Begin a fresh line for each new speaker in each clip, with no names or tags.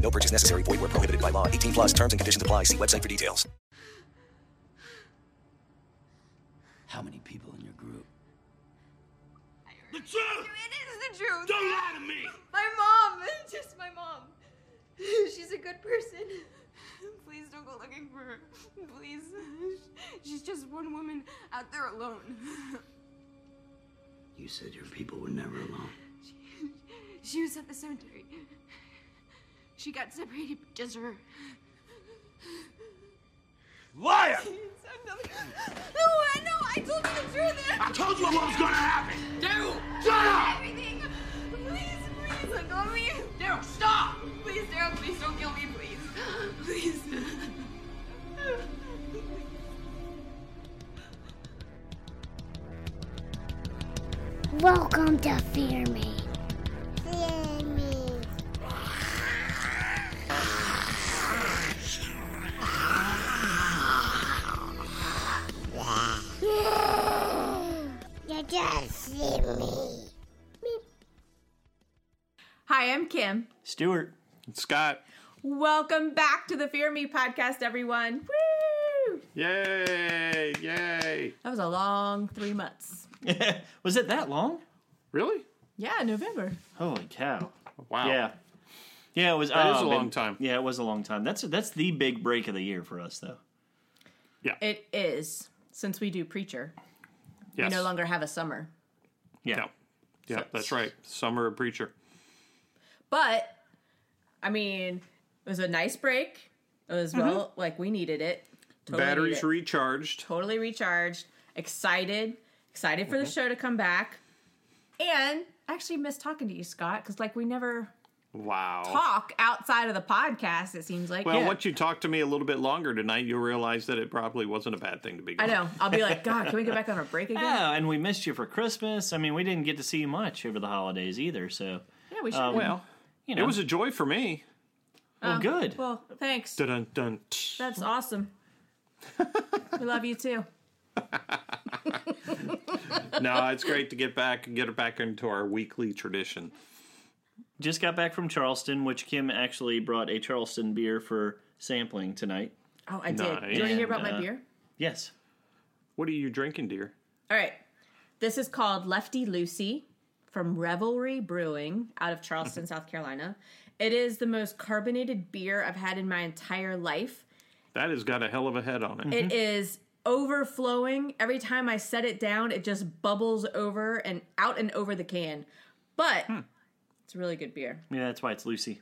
No purchase necessary. Void where prohibited by law. 18 plus terms and conditions apply. See website for details.
How many people in your group?
The truth!
It is the truth.
Don't lie to me!
My mom. It's just my mom. She's a good person. Please don't go looking for her. Please. She's just one woman out there alone.
You said your people were never alone.
She, she was at the cemetery. She got separated, but just her.
Liar!
No, I know. I told you the truth.
I told you what was gonna happen!
Daryl!
Shut up!
Everything! Please, please, let go of me!
Daryl, stop!
Please, Daryl, please don't kill me, please. Please.
Welcome to Fear Me. Fear Me. You just see me.
Hi, I'm Kim.
Stuart. Scott.
Welcome back to the Fear Me podcast, everyone. Woo!
Yay! Yay!
That was a long three months.
Was it that long? Really?
Yeah, November.
Holy cow!
Wow.
Yeah. Yeah, it was.
That is
oh,
a
man.
long time.
Yeah, it was a long time. That's that's the big break of the year for us, though.
It is since we do preacher.
Yes.
We no longer have a summer,
Yeah.
Yeah. Yeah, that's right. Summer of Preacher.
but I mean, it was a nice break. It was well, like we needed it. Totally
Batteries
needed it.
recharged.
totally recharged. Excited, excited for
Mm-hmm.
the show to come back, and I actually miss talking to you, Scott, because like we never
Wow.
talk outside of the podcast. It seems like
Well,
Yeah.
once you talk to me a little bit longer tonight, you'll realize that it probably wasn't a bad thing to begin
I
with.
know. I'll be like, God, can we go back on a break again? Yeah,
Yeah, Uh, and we missed you for Christmas. I mean, we didn't get to see you much over the holidays either. So,
we should.
Well,
you know,
it was a joy for me.
well, good.
well, thanks.
Dun dun dun. tsh.
That's awesome. we love you too.
no, it's great to get back and get it back into our weekly tradition.
Just got back from Charleston, which Kim actually brought a Charleston beer for sampling tonight.
Oh, I did. Do
Nice.
you want to hear about
And,
my
uh,
beer?
Yes.
What are you drinking, dear?
All right. This is called Lefty Lucy from Revelry Brewing out of Charleston, South Carolina. It is the most carbonated beer I've had in my entire life.
That has got a hell of a head on it.
It is overflowing. Every time I set it down, it just bubbles over and out and over the can. But it's a really good beer.
Yeah, that's why it's Lucy.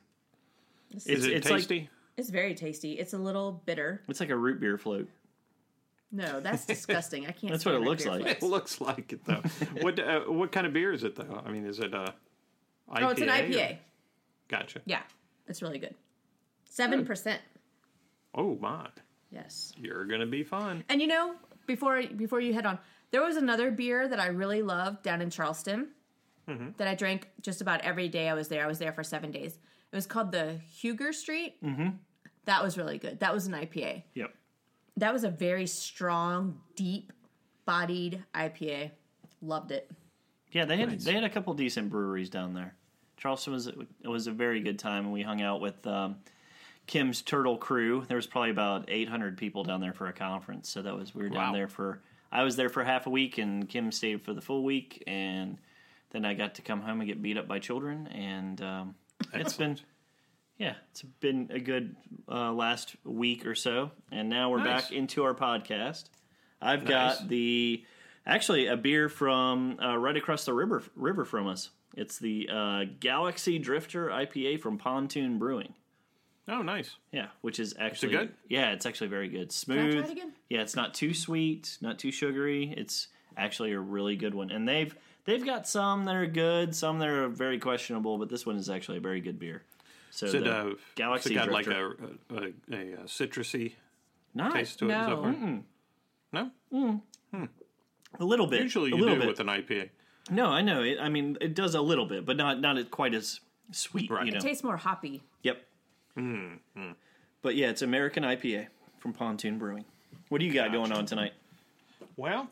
Is it
it's
tasty?
Like,
It's very tasty. It's a little bitter.
it's like a root beer float.
No, that's disgusting. I can't.
That's what
stand
it
root
looks
beer
like.
floats.
It looks like it though. what uh, what kind of beer is it though? I mean, is it uh, a IPA?
Oh, it's an IPA.
or- Gotcha.
Yeah, it's really good. Seven percent.
Oh my,
Yes.
you're gonna be fine.
And you know, before before you head on, there was another beer that I really loved down in Charleston
Mm-hmm.
that I drank just about every day I was there. I was there for seven days. It was called the Huger Street. Mm-hmm. That was really good. That was an IPA.
Yep.
That was a very strong, deep bodied IPA. Loved it.
Yeah, they had they had a couple decent breweries down there. Charleston was it was a very good time, and we hung out with um, Kim's Turtle Crew. There was probably about eight hundred people down there for a conference, so that was we were down
Wow.
there for. I was there for half a week, and Kim stayed for the full week, and then I got to come home and get beat up by children, and um, it's been. Yeah, it's been a good uh, last week or so, and now we're
Nice.
back into our podcast. I've
Nice.
got the actually a beer from uh, right across the river river from us. It's the uh, Galaxy Drifter IPA from Pontoon Brewing.
Oh, nice.
Yeah, which is actually
good?
Yeah, it's actually very good.
I try
Smooth.
it again?
Yeah, it's not too sweet, not too sugary. It's actually a really good one, and they've they've got some that are good, some that are very questionable, but this one is actually a very good beer. So
Is it
the
uh,
Galaxy
has it got
Drifter.
like a, a, a, a citrusy
Not
taste to it and so
No.
far? No,
a little bit.
usually
a
you
little
do
bit.
with an IPA.
No, I know. It, I mean, it does a little bit, but not not as- quite as sweet.
Right. Hmm,
You
It
know.
Tastes more hoppy.
yep. But yeah, it's American IPA from Pontoon Brewing. What do you got going on tonight?
Well,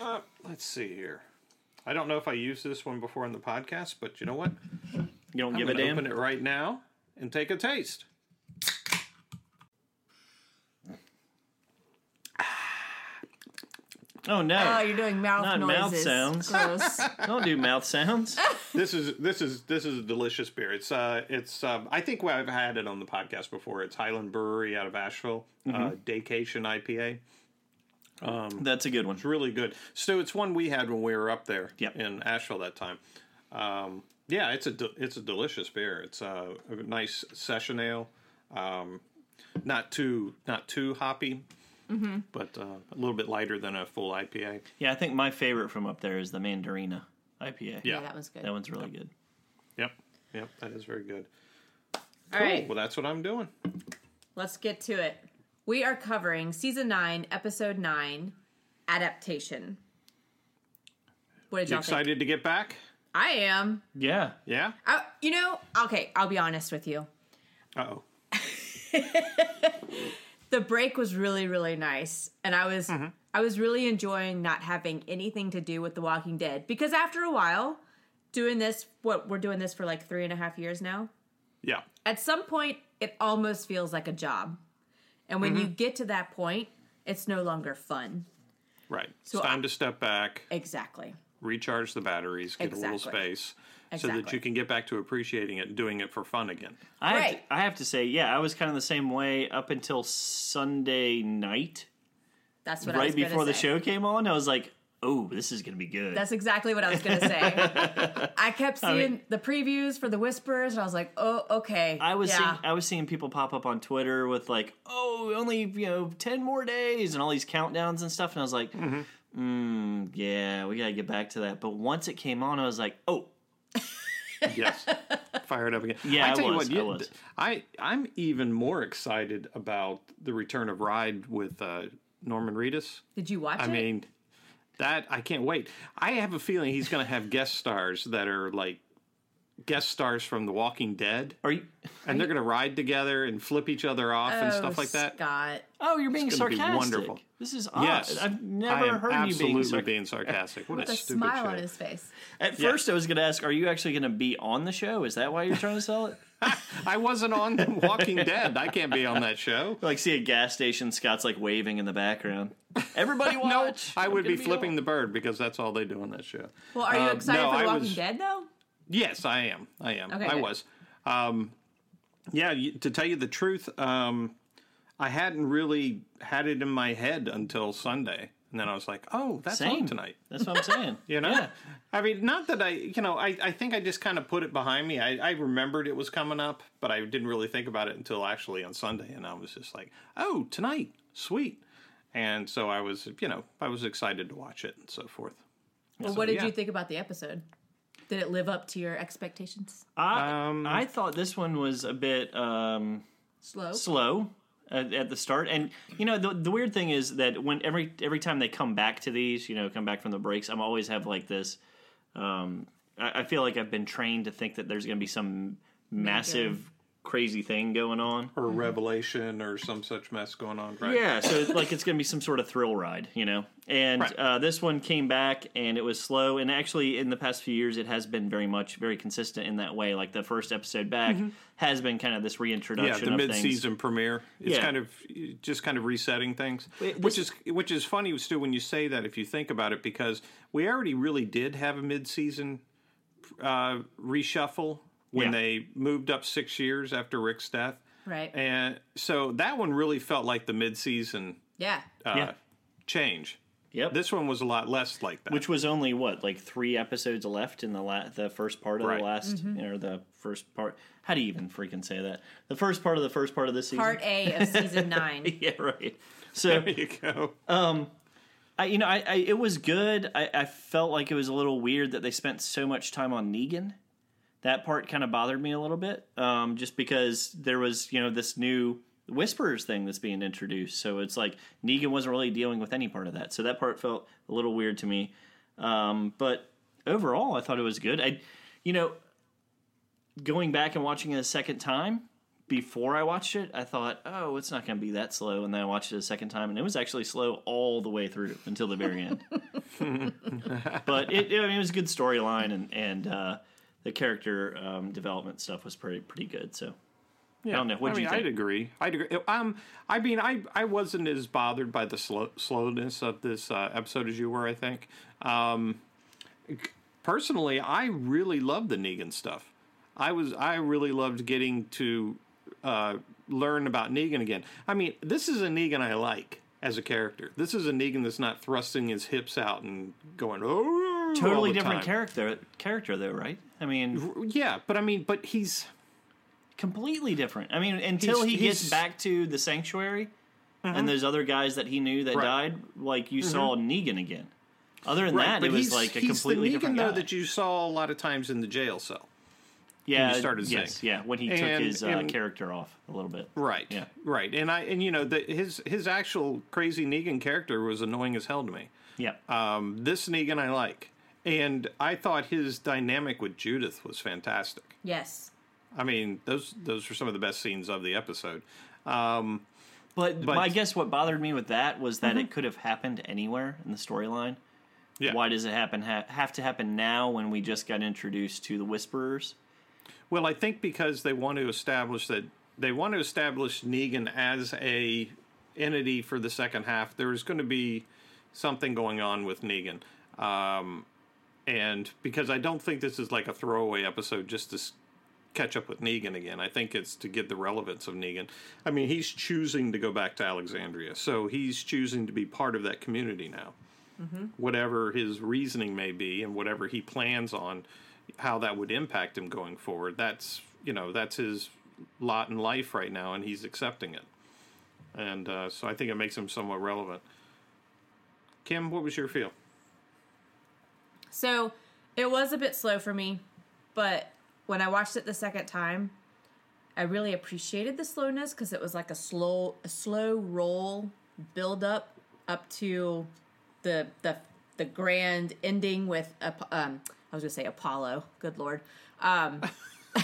uh, let's see here. I don't know if I used this one before in the podcast, but you know what?
You don't give
I'm
a
gonna
damn.
Open it right now and take a taste.
Oh no!
Oh, you're doing mouth
Not mouth
noises.
sounds.
Gross.
don't do mouth sounds.
This is this is this is a delicious beer. It's uh it's um, I think I've had it on the podcast before. It's Highland Brewery out of Asheville,
Mm-hmm.
uh, Daycation IPA.
That's a good one.
It's really good. So it's one we had when we were up there
Yep.
in Asheville that time. Um, yeah, it's a de- it's a delicious beer. It's a, a nice session ale. Um, not too not too hoppy,
Mm-hmm.
but uh, a little bit lighter than a full IPA.
Yeah, I think my favorite from up there is the Mandarina IPA.
Yeah.
yeah, that one's good.
that one's really good.
Yep. Yep. That is very good.
All right,
Well, that's what I'm doing.
let's get to it. We are covering season nine, episode nine, adaptation. What did
You
y'all think?
excited to get back?
I am.
Yeah,
Yeah.
I, you know, okay, I'll be honest with you.
Uh oh.
The break was really, really nice, and I was,
Mm-hmm.
I was really enjoying not having anything to do with The Walking Dead because after a while, doing this, what we're doing this for like three and a half years now.
Yeah.
at some point it almost feels like a job and when you
Mm-hmm.
get to that point it's no longer fun
Right.
So
it's time
I-
to step back,
exactly
recharge the batteries, get a little
Exactly.
space, so that
Exactly.
you can get back to appreciating it and doing it for fun again.
I have
Right.
to, I have to say, yeah, I was kind of the same way up until Sunday night,
that's what I
right
was gonna
before the
say.
show came on. I was like, oh, this is gonna be good.
that's exactly what I was gonna say. I kept seeing the previews for the whispers, and I was like, "Oh, okay."
I was
yeah.
seeing I was seeing people pop up on Twitter with like, oh, only you know ten more days and all these countdowns and stuff, and I was like,
Mm-hmm.
mm yeah, we gotta get back to that. But once it came on, I was like, oh,
Yes. Fired up again.
Yeah, I
tell
was,
you
I
what, you,
was.
I am even more excited about the return of Ride with uh, Norman Reedus.
Did you watch
I
it?
mean, that I can't wait. I have a feeling he's going to have guest stars that are like guest stars from The Walking Dead,
are you?
and they're going to ride together and flip each other off and
Oh,
stuff like that.
Scott,
Oh, you're being
gonna be
sarcastic.
wonderful.
This is odd.
Yes,
I've
I
never
am
heard you
absolutely
being sarcastic.
sarcastic. What
with
a
a
stupid
smile
show.
on his face.
At first, I was going to ask, are you actually going to be on the show? Is that why you're trying to sell it?
I wasn't on The Walking Dead. I can't be on that show.
like, see a gas station, Scott's like waving in the background. Everybody
No,
watch.
I would be flipping the bird because that's all they do on that show.
Well, are you
Um,
excited
no,
for The
I
Walking
was-
Dead though?
Yes, I am. I am.
Okay,
I
good.
was. Um, yeah, you- to tell you the truth, um, I hadn't really had it in my head until Sunday, and then I was like, "Oh, that's
Same.
on tonight."
That's what I'm saying.
You know,
Yeah.
I mean, not that I, you know, I, I think I just kind of put it behind me. I, I remembered it was coming up, but I didn't really think about it until actually on Sunday, and I was just like, "Oh, tonight, sweet." And so I was, you know, I was excited to watch it and so forth.
Well, what did
yeah.
you think about the episode? Did it live up to your expectations?
I,
Um,
I thought this one was a bit um,
Slow.
slow at, at the start. And, you know, the, the weird thing is that when every, every time they come back to these, you know, come back from the breaks, I'm always have like this. Um, I, I feel like I've been trained to think that there's going to be some massive, crazy thing going on.
Or
Mm-hmm.
revelation or some such mess going on, right?
Yeah, so like it's gonna be some sort of thrill ride, you know. And
Right.
uh, this one came back and it was slow. And actually, in the past few years, it has been very much very consistent in that way. Like the first episode back has been kind of this
Mm-hmm. yeah,
reintroduction
the
of things.
mid-season premiere. It's
Yeah.
kind of just kind of resetting things,
Wait,
which
this-
is which is funny, Stu, when you say that. If you think about it, because we already really did have a mid-season uh, reshuffle when
Yeah.
they moved up six years after Rick's death,
Right.
and so that one really felt like the mid-season
yeah.
uh,
Yeah.
change.
Yep.
This one was a lot less like that.
which was only what like three episodes left in the la- the first part of
Right.
the last or the first part. How do you even freaking say that? The first part of the first part of this season.
Part A of season nine.
yeah, right. So
there you go.
I, you know, I, I it was good. I, I felt like it was a little weird that they spent so much time on Negan. That part kind of bothered me a little bit, um, just because there was you know this new the Whisperers thing that's being introduced. So it's like Negan wasn't really dealing with any part of that. So that part felt a little weird to me. Um, but overall, I thought it was good. I, you know, going back and watching it a second time before I watched it, I thought, oh, it's not going to be that slow. And then I watched it a second time, and it was actually slow all the way through until the very end. but it, I mean, it was a good storyline, and and uh, the character um, development stuff was pretty pretty good. So I don't know. What
I
do
mean,
you think?
I'd agree. I'd agree. Um, I mean, I I wasn't as bothered by the slow, slowness of this uh, episode as you were. I think. Um, personally, I really loved the Negan stuff. I was I really loved getting to uh, learn about Negan again. I mean, this is a Negan I like as a character. This is a Negan that's not thrusting his hips out and going oh all
Totally
the
different
time.
character character though, right? I mean,
Yeah, but I mean, but he's
completely different. I mean, until
He's-
he gets
he's- Mm-hmm.
back to the sanctuary and those other guys that he knew that
Right.
died,
Mm-hmm.
like you saw Negan again. Other than that,
but
it was
he's-
like a
he's
completely
the Negan
different guy.
though that you saw a lot of times in the jail cell.
yeah,
you started
yes,
saying.
yeah, when he
And-
took his uh,
and-
character off a little bit.
Right.
Yeah.
Right. And I and you know the, his his actual crazy Negan character was annoying as hell to me.
Yeah.
Um, this Negan I like, and I thought his dynamic with Judith was fantastic.
Yes.
I mean, those those were some of the best scenes of the episode. Um,
But,
But- Mm-hmm.
I guess what bothered me with that was that it could have happened anywhere in the storyline.
yeah.
Why does it happen ha- have to happen now when we just got introduced to the Whisperers?
Well, I think because they want to establish that they want to establish Negan as a entity for the second half. There's going to be something going on with Negan, um, and because I don't think this is like a throwaway episode just to s- catch up with Negan again. I think it's to get the relevance of Negan. I mean, he's choosing to go back to Alexandria, so he's choosing to be part of that community now whatever his reasoning may be and whatever he plans on how that would impact him going forward that's you know that's his lot in life right now and he's accepting it and uh, so i think it makes him somewhat relevant kim what was your feel
So it was a bit slow for me, but when I watched it the second time, I really appreciated the slowness because it was like a slow, a slow roll build up up to the the the grand ending with Ap- um I was gonna say Apollo. Good lord. Um,
uh,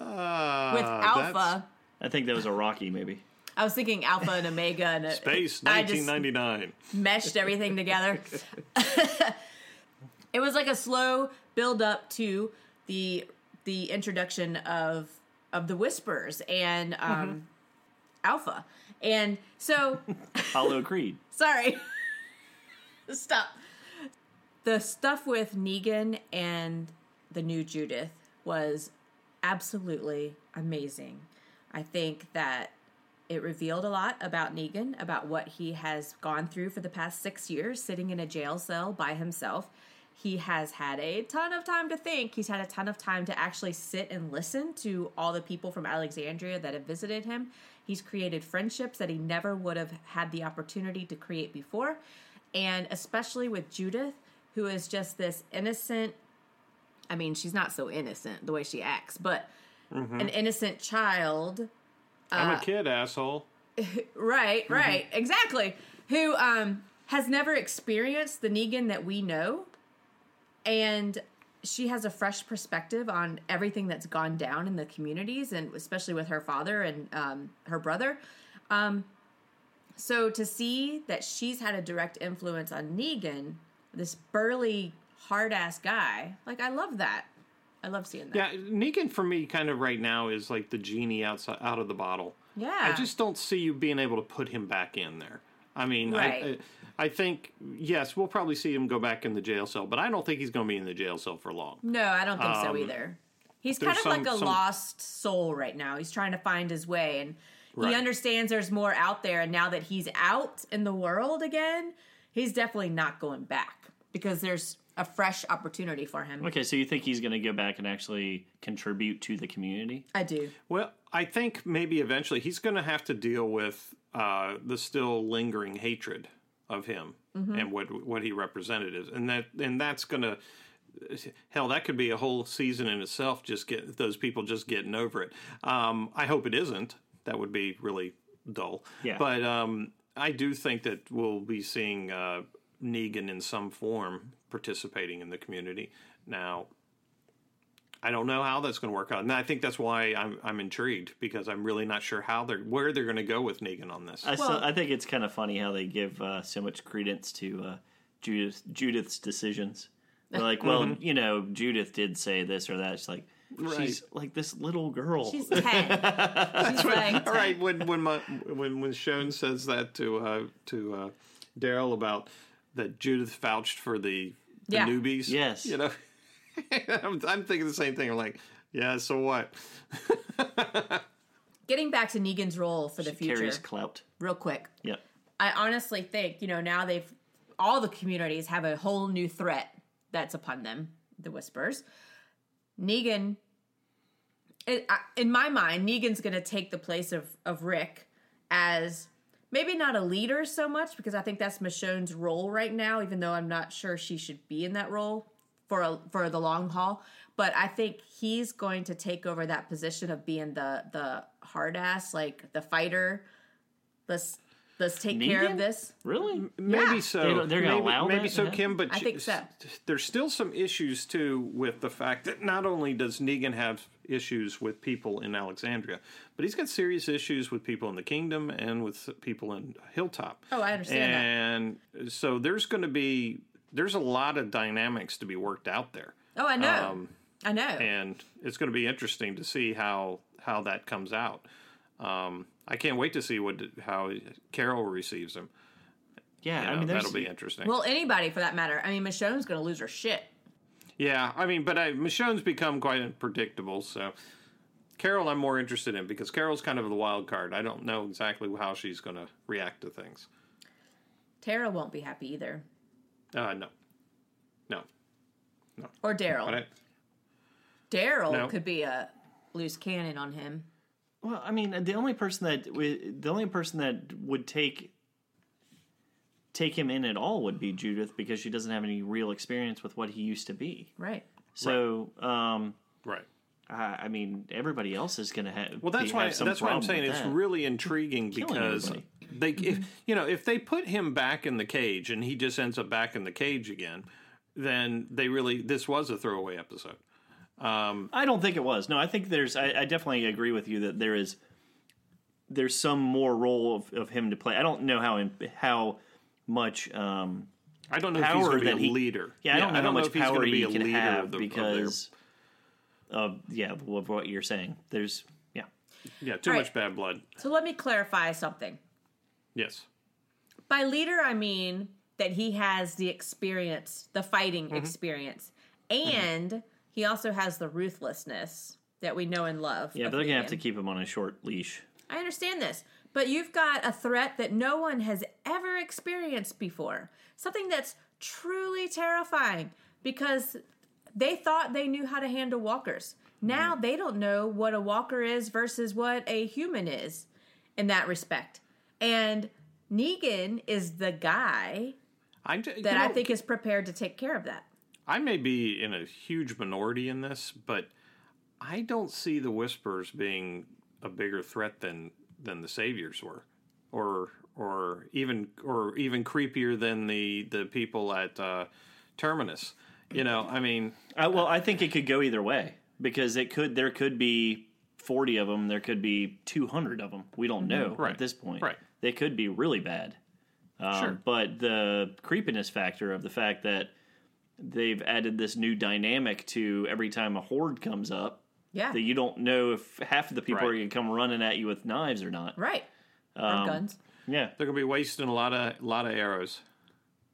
with Alpha,
I think that was a Rocky maybe.
I was thinking Alpha and Omega and it-
base
I just-
1999
meshed everything together. it was like a slow build up to the the introduction of of the whispers and um alpha. And so
Apollo Creed.
sorry. Stop. The stuff with Negan and the new Judith was absolutely amazing. I think that it revealed a lot about Negan, about what he has gone through for the past six years, sitting in a jail cell by himself. He has had a ton of time to think. He's had a ton of time to actually sit and listen to all the people from Alexandria that have visited him. He's created friendships that he never would have had the opportunity to create before. And especially with Judith, who is just this innocent, I mean, she's not so innocent the way she acts, but an innocent child Uh,
i'm a kid asshole
Right, right, exactly. Who um has never experienced the Negan that we know, and she has a fresh perspective on everything that's gone down in the communities, and especially with her father and um, her brother. Um, so to see that she's had a direct influence on Negan, this burly, hard ass guy, like I love that. I love seeing that.
yeah negan for me kind of right now is like the genie outside out of the bottle
Yeah.
I just don't see you being able to put him back in there. I mean,
Right.
I, I, I think yes, we'll probably see him go back in the jail cell, but I don't think he's going to be in the jail cell for long.
No, I don't think so
Um,
either. He's kind
there's
of
some-
like a
some-
lost soul right now. He's trying to find his way and
Right.
he understands there's more out there and now that he's out in the world again, he's definitely not going back because there's a fresh opportunity for him.
Okay, so you think he's going to go back and actually contribute to the community?
I do.
Well, I think maybe eventually he's going to have to deal with uh, the still lingering
Mm-hmm.
hatred of him and what what he represented is, and that and that's going to hell, that could be a whole season in itself. Just get those people just getting over it. Um, I hope it isn't. That would be really dull.
Yeah.
But um, I do think that we'll be seeing uh, Negan in some form participating in the community. Now, I don't know how that's going to work out, and I think that's why I'm I'm intrigued because I'm really not sure how they're where they're going to go with Negan on this.
I, still-
Well-
I think it's kind of funny how they give uh, so much credence to uh, Judith, Judith's decisions. They're like, well,
Mm-hmm.
you know, Judith did say this or that. It's like, she's like this little girl.
She's 10. She's like,
All right, when when my, when when Schoen says that to uh, to uh, Daryl about that Judith vouched for the, the
Yeah.
newbies,
Yes.
you know, I'm, I'm thinking the same thing. I'm like, yeah, so what?
getting back to Negan's role for the future,
carries clout.
real quick.
Yep.
I honestly think, you know, now they've all the communities have a whole new threat that's upon them, the whispers. Negan it, I, in my mind, Negan's going to take the place of of Rick as maybe not a leader so much because I think that's Michonne's role right now, even though I'm not sure she should be in that role for a, for the long haul. But I think he's going to take over that position of being the the hard ass, like the fighter. Let's let's take care
Negan?
of this.
Really?
Mm-hmm.
Maybe so.
They don't- they're gonna
maybe,
allow
maybe
that?
so,
Yeah.
Kim. But
I think so.
There's still some issues too with the fact that not only does Negan have issues with people in Alexandria, but he's got serious issues with people in the kingdom and with people in Hilltop.
Oh, I understand that.
and so there's going to be there's a lot of dynamics to be worked out there,
Oh, I know.
Um,
I know.
and it's going to be interesting to see how how that comes out. Um, I can't wait to see what how Carol receives him.
Yeah.
You
I
know,
mean, there's,
that'll be interesting.
well, anybody for that matter. I mean, Michonne's going to lose her shit.
Yeah, I mean, but I, Michonne's become quite unpredictable. So Carol, I'm more interested in because Carol's kind of the wild card. I don't know exactly how she's going to react to things.
Tara won't be happy either,
Uh, no, no,
or
Oh.
but
Daryl.
I,
Daryl
No.
could be a loose cannon on him.
Well, I mean, the only person that w- the only person that would take take him in at all would be Judith because she doesn't have any real experience with what he used to be.
Right.
So, um,
right.
I, I mean, everybody else is going to have.
Well, that's
be-
why
have some
that's why I'm
problem
saying
with
it's
that.
really intriguing
Killing
because
everybody.
they, if, you know, if they put him back in the cage and he just ends up back in the cage again, then they really this was a throwaway episode. Um,
I don't think it was. No, I think there's. I, I definitely agree with you that there is. There's some more role of, of him to play. I don't know how in- how much. Um,
I don't know if he's
power
going to
that
be
he
a leader.
Yeah, I don't know how much
if he's gonna
power
be
he
a
can
leader
have
of the- of their-
because of yeah of what you're saying. There's yeah
yeah, too
All right.
much bad blood.
So let me clarify something.
Yes.
By leader, I mean that he has the experience, the fighting
Mm-hmm.
experience, and he also has the ruthlessness that we know and love.
yeah,
of
but they're gonna have
Negan.
to keep him on a short leash.
I understand this, but you've got a threat that no one has ever experienced before. Something that's truly terrifying because they thought they knew how to handle walkers. Now they don't know what a walker is versus what a human is in that respect. And Negan is the guy
I, d- you
that I
know,
think is prepared to take care of that.
I may be in a huge minority in this, but I don't see the whispers being a bigger threat than than the saviors were, or or even or even creepier than the the people at uh, Terminus. You know, I mean,
I, Uh, well, I think it could go either way because it could there could be forty of them, there could be two hundred of them. We don't know
Mm-hmm. Right.
at this point.
Right.
They could be really bad. Um,
Sure.
But the creepiness factor of the fact that they've added this new dynamic to every time a horde comes up,
Yeah.
that you don't know if half of the people
Right.
are going to come running at you with knives or not.
right. Or guns.
Yeah.
they're gonna be wasting a lot of lot of arrows.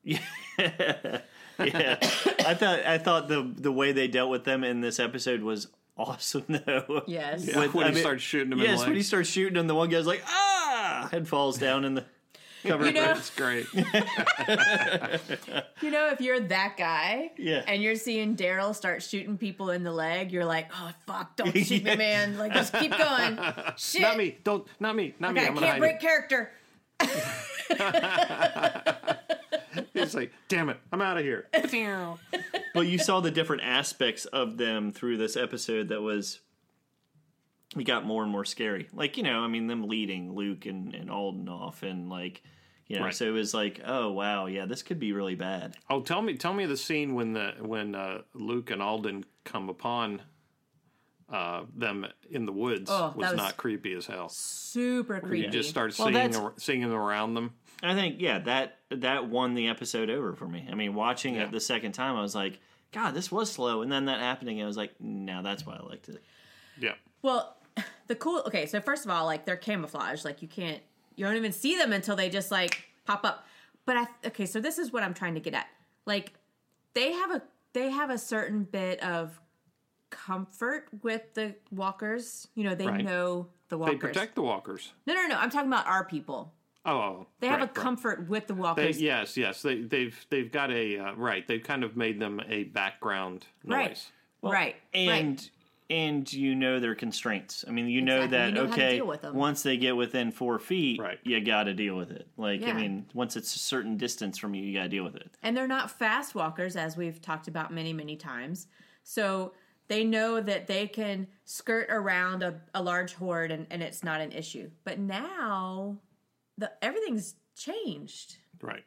yeah. I thought I thought the the way they dealt with them in this episode was awesome though.
Yes.
Yeah, when
I
he
mean-
starts shooting them, in
Yes,
the
when he
legs.
starts shooting and the one guy's like ah and falls down in the cover.
You know,
That's great.
You know, if you're that guy,
Yeah.
and you're seeing Daryl start shooting people in the leg, you're like, oh fuck, don't shoot me, man! Like, just keep going. Shit,
not me. Don't. Not me. Not
Like,
me.
I
I'm gonna
can't
hide
break
it.
character.
It's like, damn it, I'm out of here.
well, you saw the different aspects of them through this episode that was it got more and more scary. Like, you know, I mean them leading Luke and, and Alden off and like you know,
Right.
so it was like, oh wow, yeah, this could be really bad.
Oh, tell me, tell me the scene when the when uh, Luke and Alden come upon uh, them in the woods
Oh, that
was,
was-
not creepy as hell.
Super creepy.
You just start
Well,
singing,
that's-
ar- singing around them.
I think, yeah, that that won the episode over for me. I mean, watching it the second time, I was like, God, this was slow. And then that happening, I was like, no, that's why I liked it.
Yeah,
Well, the cool. Okay, so first of all, like they're camouflage. Like you can't, you don't even see them until they just like pop up. But I okay, so this is what I'm trying to get at. Like they have a they have a certain bit of comfort with the walkers. You know, they
Right.
know the
they
walkers.
protect the walkers.
no, no, no. I'm talking about our people.
Oh,
They have
right,
a
right.
comfort with the
They,
walkers.
yes, yes. They, they've they've got a uh, right. They've kind of made them a background noise.
Right. right.
and
right.
and you know their constraints. I mean, you know
Exactly. You
that
know how to
okay.
deal with 'em.
Once they get within four feet,
Right.
you got to deal with it. Like I
Yeah.
mean, once it's a certain distance from you, you got to deal with it.
And they're not fast walkers, as we've talked about many, many times. So they know that they can skirt around a, a large horde and, and it's not an issue. But now the everything's changed.
Right.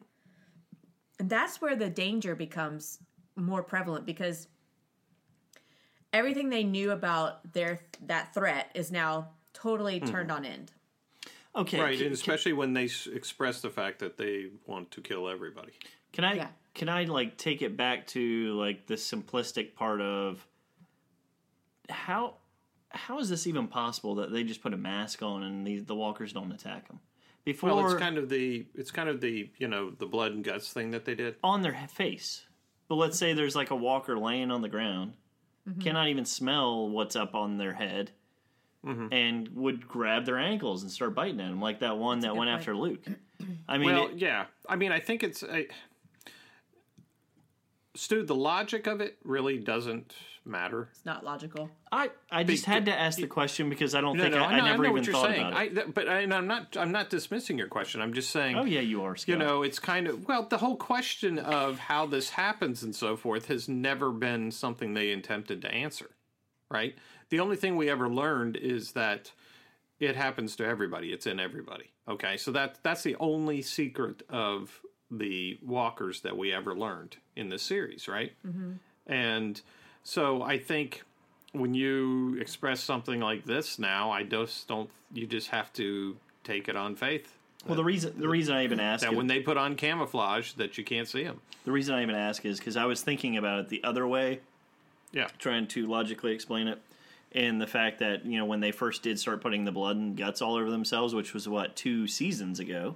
And that's where the danger becomes more prevalent because everything they knew about their that threat is now totally
Mm-hmm.
turned on end.
Okay,
Right,
c-
and especially when they s- express the fact that they want to kill everybody.
Can I
Yeah.
can I like take it back to like the simplistic part of how how is this even possible that they just put a mask on and the, the walkers don't attack them before
Well, it's kind of the it's kind of the you know the blood and guts thing that they did.
on their face? But let's say there's like a walker laying on the ground, cannot even smell what's up on their head,
Mm-hmm.
and would grab their ankles and start biting at them, like that one that went after Luke. I mean,
Well,
it-
yeah. I mean, I think it's I, Stu. The logic of it really doesn't matter.
It's not logical.
I I just
Big-
had to ask the question because I don't think I, I
know-
never
know
even thought
saying.
about it.
I, th- but I, and I'm not. I'm not dismissing your question. I'm just saying.
Oh yeah, you are. Scott.
You know, it's kind of well, the whole question of how this happens and so forth has never been something they attempted to answer, right? The only thing we ever learned is that it happens to everybody. It's in everybody. Okay, so that that's the only secret of the walkers that we ever learned in this series, right? And so I think when you express something like this now, I just don't. You just have to take it on faith
well, the reason the reason I even ask
that
it-
when they put on camouflage that you can't see them.
the reason I even ask is because I was thinking about it the other way,
Yeah.
trying to logically explain it, and the fact that you know when they first did start putting the blood and guts all over themselves, which was what two seasons ago.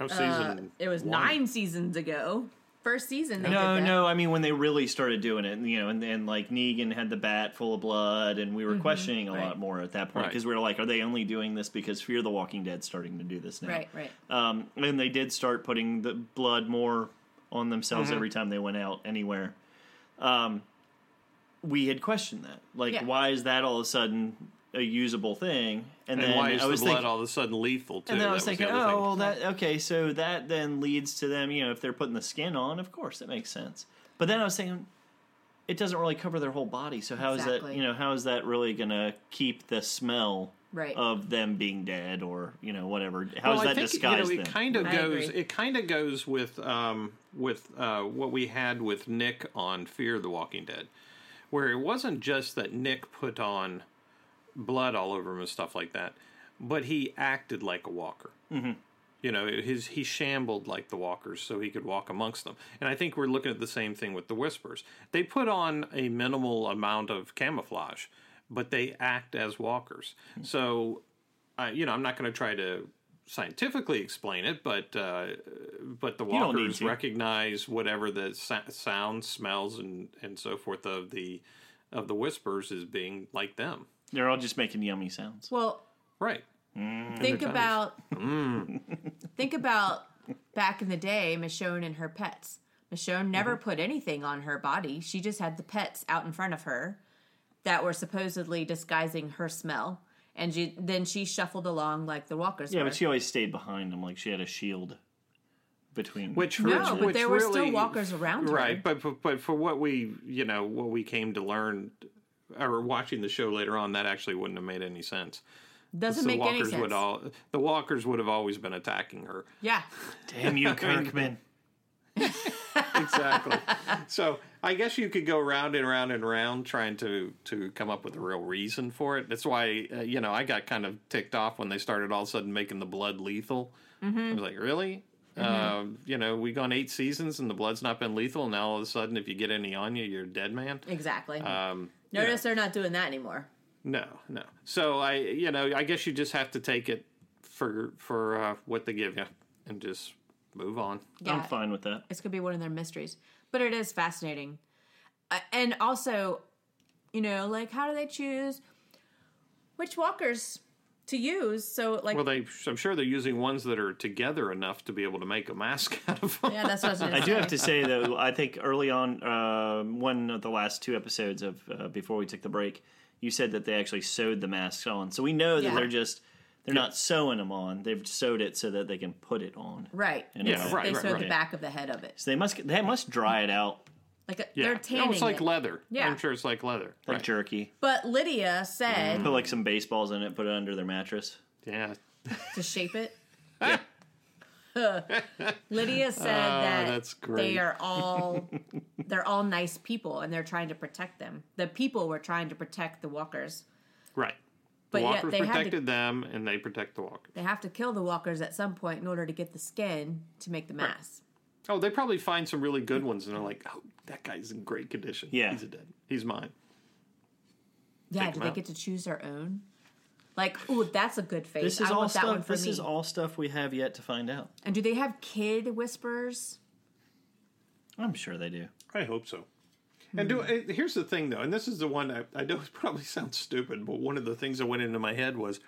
Oh, season.
It was nine seasons ago. First season they
No,
did that.
no. I mean, when they really started doing it, you know, and, and like Negan had the bat full of blood, and we were questioning a
Mm-hmm. right.
lot more at that point
Right.
because we were like, are they only doing this because Fear the Walking Dead's starting to do this now?
Right, right.
Um, and they did start putting the blood more on
Mm-hmm.
themselves every time they went out anywhere. Um, we had questioned that, like,
Yeah.
why is that all of a sudden a usable thing? And,
And,
then
why is
I
the
was
blood
thinking,
all of a sudden lethal too?
and then I
That
was
the
thinking, oh,
other thing.
well, that okay. So that then leads to them, you know, if they're putting the skin on, of course, that makes sense. But then I was thinking, it doesn't really cover their whole body. So how is that,
Exactly.
you know, how is that really going to keep the smell
Right.
of them being dead or you know whatever? How is
Well, I
that
think,
disguised?
You know, it
then?
kind of
I
goes.
agree.
It kind of goes with um, with uh, what we had with Nick on Fear the Walking Dead, where it wasn't just that Nick put on blood all over him and stuff like that, but he acted like a walker. Mm-hmm. You know, his he shambled like the walkers so he could walk amongst them. And I think we're looking at the same thing with the whispers. They put on a minimal amount of camouflage, but they act as walkers.
Hmm.
So I, you know, I'm not going to try to scientifically explain it, but uh, but the
don't need
walkers
to.
recognize whatever the sa- sounds, smells, and and so forth of the of the whispers as being like them,
They're all just making yummy sounds.
Well,
right?
think
times.
about think about back in the day michonne and her pets michonne never put anything on her body she just had the pets out in front of her that were supposedly disguising her smell and she, then she shuffled along like the walkers
Yeah,
were.
but she always stayed behind them, like she had a shield between
Which
No,
which,
but
which
there were still
really-
walkers around her.
right? But, but but for what we you know what we came to learn, or watching the show later on, that actually wouldn't have made any sense.
Doesn't
the
make
walkers
any sense.
would all the walkers would have always been attacking her.
yeah.
damn you Kirkman.
exactly. So I guess you could go round and round and round trying to to come up with a real reason for it. That's why uh, you know I got kind of ticked off when they started all of a sudden making the blood lethal. I was like, really? Um, you know, we gone eight seasons and the blood's not been lethal. And now all of a sudden, if you get any on you, you're a dead man.
Exactly.
Um,
Notice they're not doing that anymore.
no, no. So I, you know, I guess you just have to take it for for uh, what they give you and just move on.
Yeah.
I'm fine with that.
It's going to be one of their mysteries. But it is fascinating. Uh, and also, you know, like how do they choose which walkers to use? So, like,
Well, they, I'm sure they're using ones that are together enough to be able to make a mask out of them.
yeah, that's what I was going
I
to
do
say.
have to say though, I think early on, uh, one of the last two episodes of uh, before we took the break, you said that they actually sewed the masks on. So we know that
Yeah.
they're just they're not sewing them on. They've sewed it so that they can put it on.
Right.
And
Yeah,
it's-
right,
they sewed the
right.
back of the head of it.
So they must they must dry it out
Like, uh,
Yeah.
they're tanning
No, it's like
it.
leather.
Yeah.
I'm sure it's like leather.
like
Right.
jerky.
But Lydia said
Mm.
Put like some baseballs in it. Put it under their mattress.
Yeah.
to shape it. Lydia said that
Ah, that's
they
great.
are all they're all nice people and they're trying to protect them. The people were trying to protect the walkers.
Right.
But
the
yet
walkers
they had to-
protected them, and they protect the walkers.
They have to kill the walkers at some point in order to get the skin to make the mask.
Oh, they probably find some really good ones, and they're like, "Oh, that guy's in great condition.
Yeah.
he's a dead. He's mine."
Yeah,
Take
do
them
they
out.
get to choose their own? Like, oh, that's a good face.
This is
I
all
want that one
stuff.
for
This
me.
is all stuff we have yet to find out.
and do they have kid whisperers?
I'm sure they do.
I hope so. And
Hmm.
do eh, here's the thing though, and this is the one I, I know it probably sounds stupid, but one of the things that went into my head was,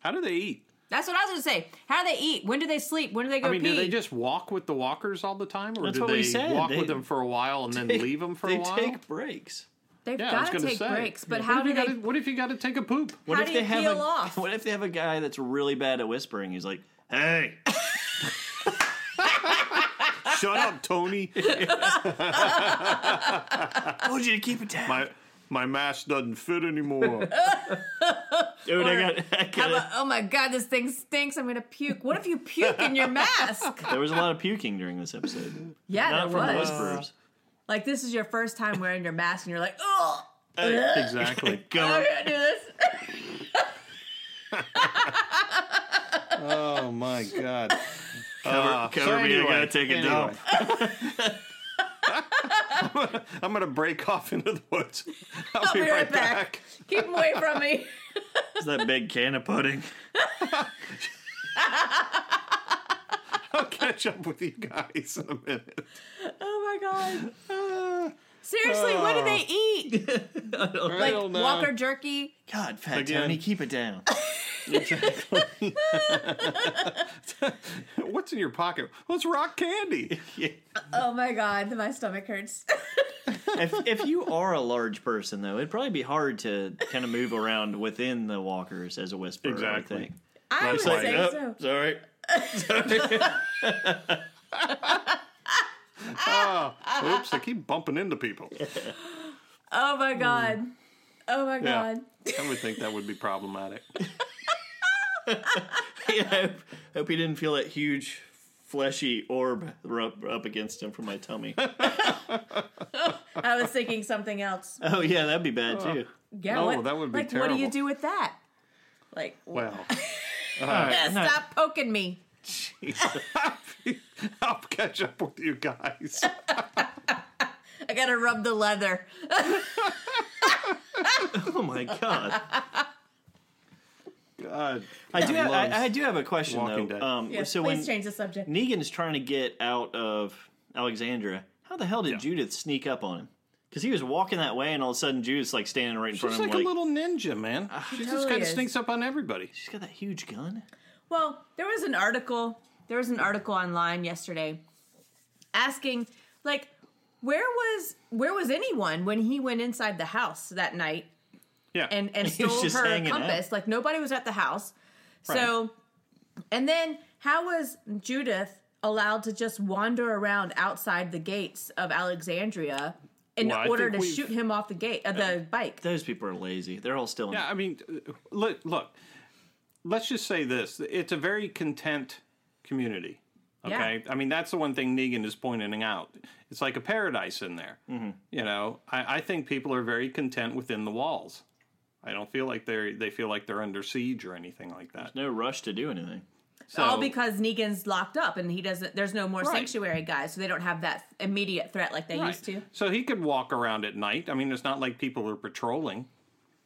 how do they eat?
That's what I was gonna say. How do they eat? When do they sleep? When do they go
I mean,
pee?
do they just walk with the walkers all the time, or
That's
do
what we
they
said.
walk
They-
with them for a while and then leave them for
they
a while?
take breaks.
They've
Yeah, I was
got to
gonna
take
say.
breaks, but
What
how
if
do
you
they?
gotta- what if you got to take a poop?
What
How
if
do
they
you
have
peel
a,
off?
What if they have a guy that's really bad at whispering? He's like, "Hey,
Shut up, Tony.
I told you to keep it down."
my my mask doesn't fit anymore.
Dude, I got, I got
I'm
it.
a- oh my god, this thing stinks. I'm gonna puke. What if you puke in your mask?
There was a lot of puking during this episode.
Yeah,
Not
there
from the
was.
whisperers.
Like this is your first time wearing your mask, and you're like, oh,
exactly.
Go.
I'm gonna do this.
Oh my god.
Cover,
Uh,
cover
so
me, I gotta
anyway,
take a
anyway.
dump.
I'm gonna break off into the woods. I'll,
I'll be right back. Keep him away from me.
It's that big can of pudding.
I'll catch up with you guys in a minute.
Oh my god.
Uh,
Seriously, what do they
Oh.
eat?
I don't know.
Walker jerky.
God, Fat
Again.
Tony, keep it down.
What's in your pocket? Well, it's rock candy.
Oh my god, my stomach hurts.
if, if you are a large person, though, it'd probably be hard to kind of move around within the walkers as a whisperer.
Exactly.
I would think.
I would
It's like,
say
Oh,
so.
Sorry.
Oops, I keep bumping into people.
Oh my god. Oh my
Mm. Yeah.
god.
I would think that would be problematic.
I hope, hope he didn't feel that huge fleshy orb rub up against him from my tummy.
I was thinking something else.
oh yeah, that'd be bad too.
Yeah.
No,
what,
that would be
like, What do you
terrible.
do with that? Like,
Well,
stop poking me.
I'll catch up with you guys.
I gotta rub the leather.
Oh my god.
God,
I do. Have,
loves
I, I do have a question
Walking
though.
Dead.
Um,
Yes,
so
please
when
change the subject.
Negan's trying to get out of Alexandria, how the hell did Judith sneak up on him? Because he was walking that way, and all of a sudden Judith's like standing right in front
she's
of him.
like a
Like,
little ninja, man. She just
totally
kind of
is.
sneaks up on everybody.
she's got that huge gun.
Well, there was an article. There was an article online yesterday asking, like, where was where was anyone when he went inside the house that night
Yeah,
and and
He was
stole
just
her
hanging out.
compass? Like nobody was at the house. So, and then how was Judith allowed to just wander around outside the gates of Alexandria in
Well, I
order
think
to
we've-
shoot him off the gate of the bike.
Those people are lazy. They're all still in.
Yeah, I mean, uh, look, look. Let's just say this: it's a very content community. Okay, I mean that's the one thing Negan is pointing out. It's like a paradise in there. Mm-hmm. You know, I, I think people are very content within the walls. I don't feel like they they feel like they're under siege or anything like that.
No rush to do anything.
So,
all because Negan's locked up and he doesn't. There's no more
Right.
sanctuary guys, so they don't have that immediate threat like they
Right.
used to.
So he could walk around at night. I mean, it's not like people are patrolling.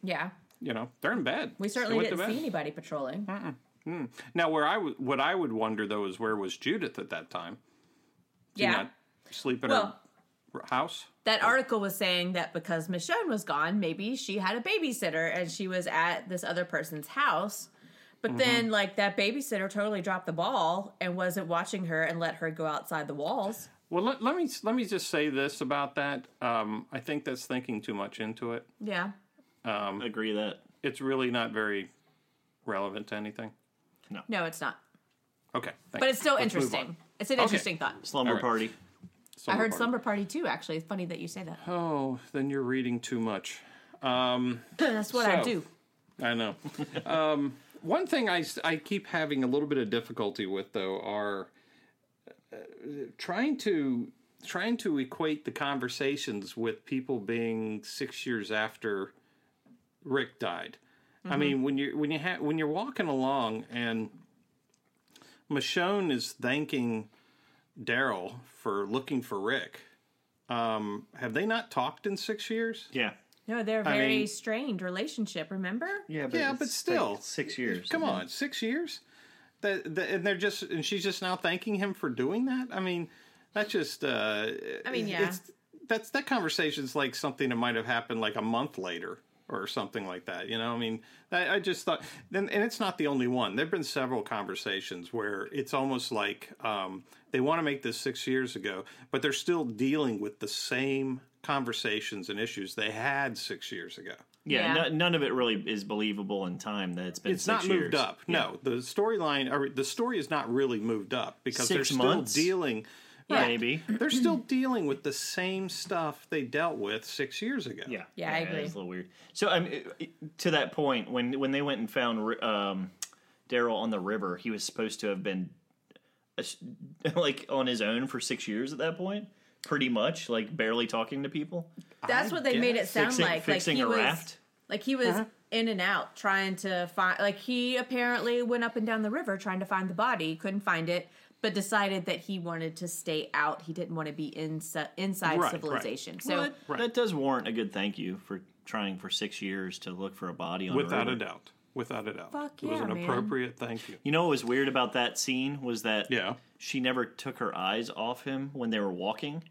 Yeah,
You know, they're in bed.
we
They
certainly
went to
didn't see
bed.
anybody patrolling.
Now, where I w- what I would wonder though is where was Judith at that time? Did
yeah.
not sleep in
Well,
her house.
that article was saying that because Michonne was gone, maybe she had a babysitter and she was at this other person's house.
Mm-hmm.
But then, like, that babysitter totally dropped the ball and wasn't watching her and let her go outside the walls.
Well, let, let me let me just say this about that. Um, I think that's thinking too much into it.
Yeah.
Agree that.
It's really not very relevant to anything.
No, it's not.
Okay, thank
But
you.
it's still
Let's move
interesting.
on.
It's an interesting thought.
Slumber
All right.
party.
I heard
Party.
Slumber Party too, actually. It's funny that you say that.
Oh, then you're reading too much. Um,
That's what I
So-
do.
I know. um, one thing I, s- I keep having a little bit of difficulty with though are uh, trying to trying to equate the conversations with people being six years after Rick died. I mean, when you when you ha- when you're walking along and Michonne is thanking Daryl for looking for Rick. Um, have they not talked in six years?
Yeah.
No, they're a
I
very
mean-
strained relationship, remember?
Yeah,
Yeah, but still.
six years.
Come on, six years. That, that and they're just and she's just now thanking him for doing that. I mean, that's just. uh
I mean, yeah.
It's, that's that conversation's like something that might have happened like a month later or something like that. You know, I mean, I, I just thought. Then and it's not the only one. There've been several conversations where it's almost like um they want to make this six years ago, but they're still dealing with the same conversations and issues they had six years ago.
Yeah,
Yeah.
no- none of it really is believable in time that it's been
It's
six
not
years.
moved up. No, the storyline or the story is not really moved up because
Six
they're
months?
still dealing.
Yeah.
Maybe.
They're still dealing with the same stuff they dealt with six years ago.
Yeah,
Yeah, I agree.
It's a little weird. So, I mean, to that point, when when they went and found um, Daryl on the river, he was supposed to have been uh, like on his own for six years at that point, pretty much, like barely talking to people,
That's what they made it
guess.
sound
fixing,
like.
fixing
like he
a
was,
raft.
Like he was
Uh-huh.
in and out trying to find. Like he apparently went up and down the river trying to find the body, couldn't find it, but decided that he wanted to stay out. He didn't want to be in, inside
Right, right.
civilization. So
Well, that, that does warrant a good thank you for trying for six years to look for a body on
Without
a
a
river.
doubt. Without a doubt.
Fuck
it was
yeah,
an
man.
appropriate thank you.
You know what was weird about that scene was that
Yeah.
she never took her eyes off him when they were walking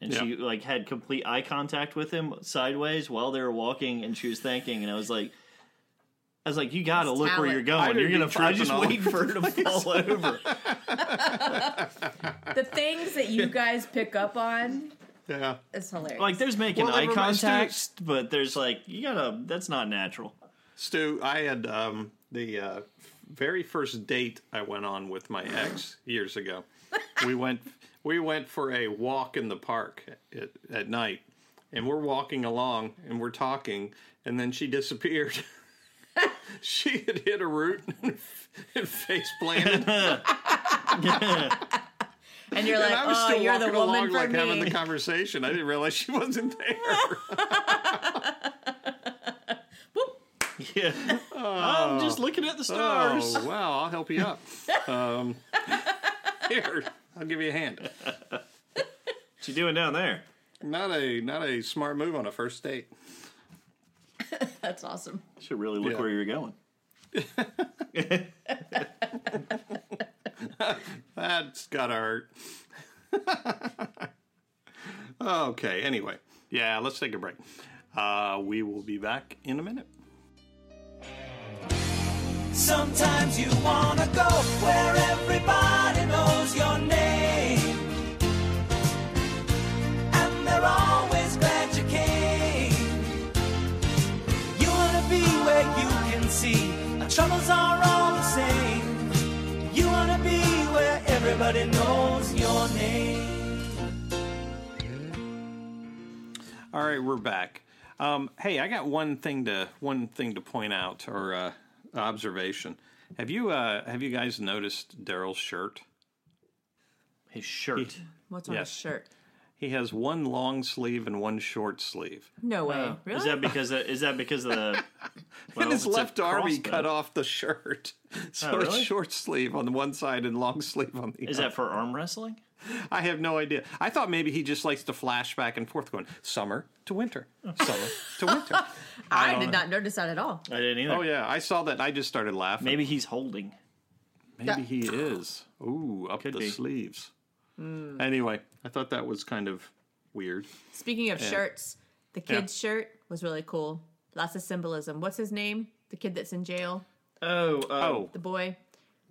and she
Yeah.
like had complete eye contact with him sideways while they were walking and she was thanking and i was like i was like you gotta
That's
look where
talent.
you're going
I'd
you're
be
gonna i
tripping
just
all
wait for her to fall over
the things that you guys pick up on
Yeah.
is hilarious.
like there's making
Well,
eye
that reminds-
contact but there's like you gotta that's not natural
Stu, I had um, the uh, very first date I went on with my ex years ago. we went we went for a walk in the park at, at night, and we're walking along and we're talking, and then she disappeared. she had hit a root and, and face planted, and
and you're like,
I was
oh,
still
you're
walking
the woman
along
for
like
me.
having the conversation. I didn't realize she wasn't there.
yeah i'm just looking at the stars
Oh, wow. I'll help you up. Um, here, I'll give you a hand.
what you doing down there
Not a not a smart move on a first date.
That's awesome.
should really look
Yeah.
where you're going
That's gotta hurt. okay. Anyway, yeah. Let's take a break. Uh, we will be back in a minute.
Sometimes you wanna go where everybody knows your name. And they're always glad you came. You wanna be where you can see. Our troubles are all the same. You wanna be where everybody everybody knows your name.
All right, we're back. Um, hey, I got one thing to one thing to point out or uh, observation. Have you uh, have you guys noticed Daryl's shirt?
His shirt.
What's on his shirt?
He has one long sleeve and one short sleeve.
No way.
Oh,
really?
Is that because of, is that because of the? well,
and his
it's a
left arm he
crossbow.
cut off the shirt, so
Oh,
it's
really?
short sleeve on one side and long sleeve on the
Is
other.
that for arm wrestling?
I have no idea. I thought maybe he just likes to flash back and forth, going summer to winter, summer to winter.
I did not notice that at all.
I didn't either.
Oh yeah, I saw that. I just started laughing.
Maybe he's holding.
Maybe he is. Ooh, up the
be.
sleeves.
Hmm.
Anyway, I thought that was kind of weird.
Speaking of shirts, the kid's shirt was really cool. Lots of symbolism. What's his name? The kid that's in jail,
Oh,
Oh,
the boy,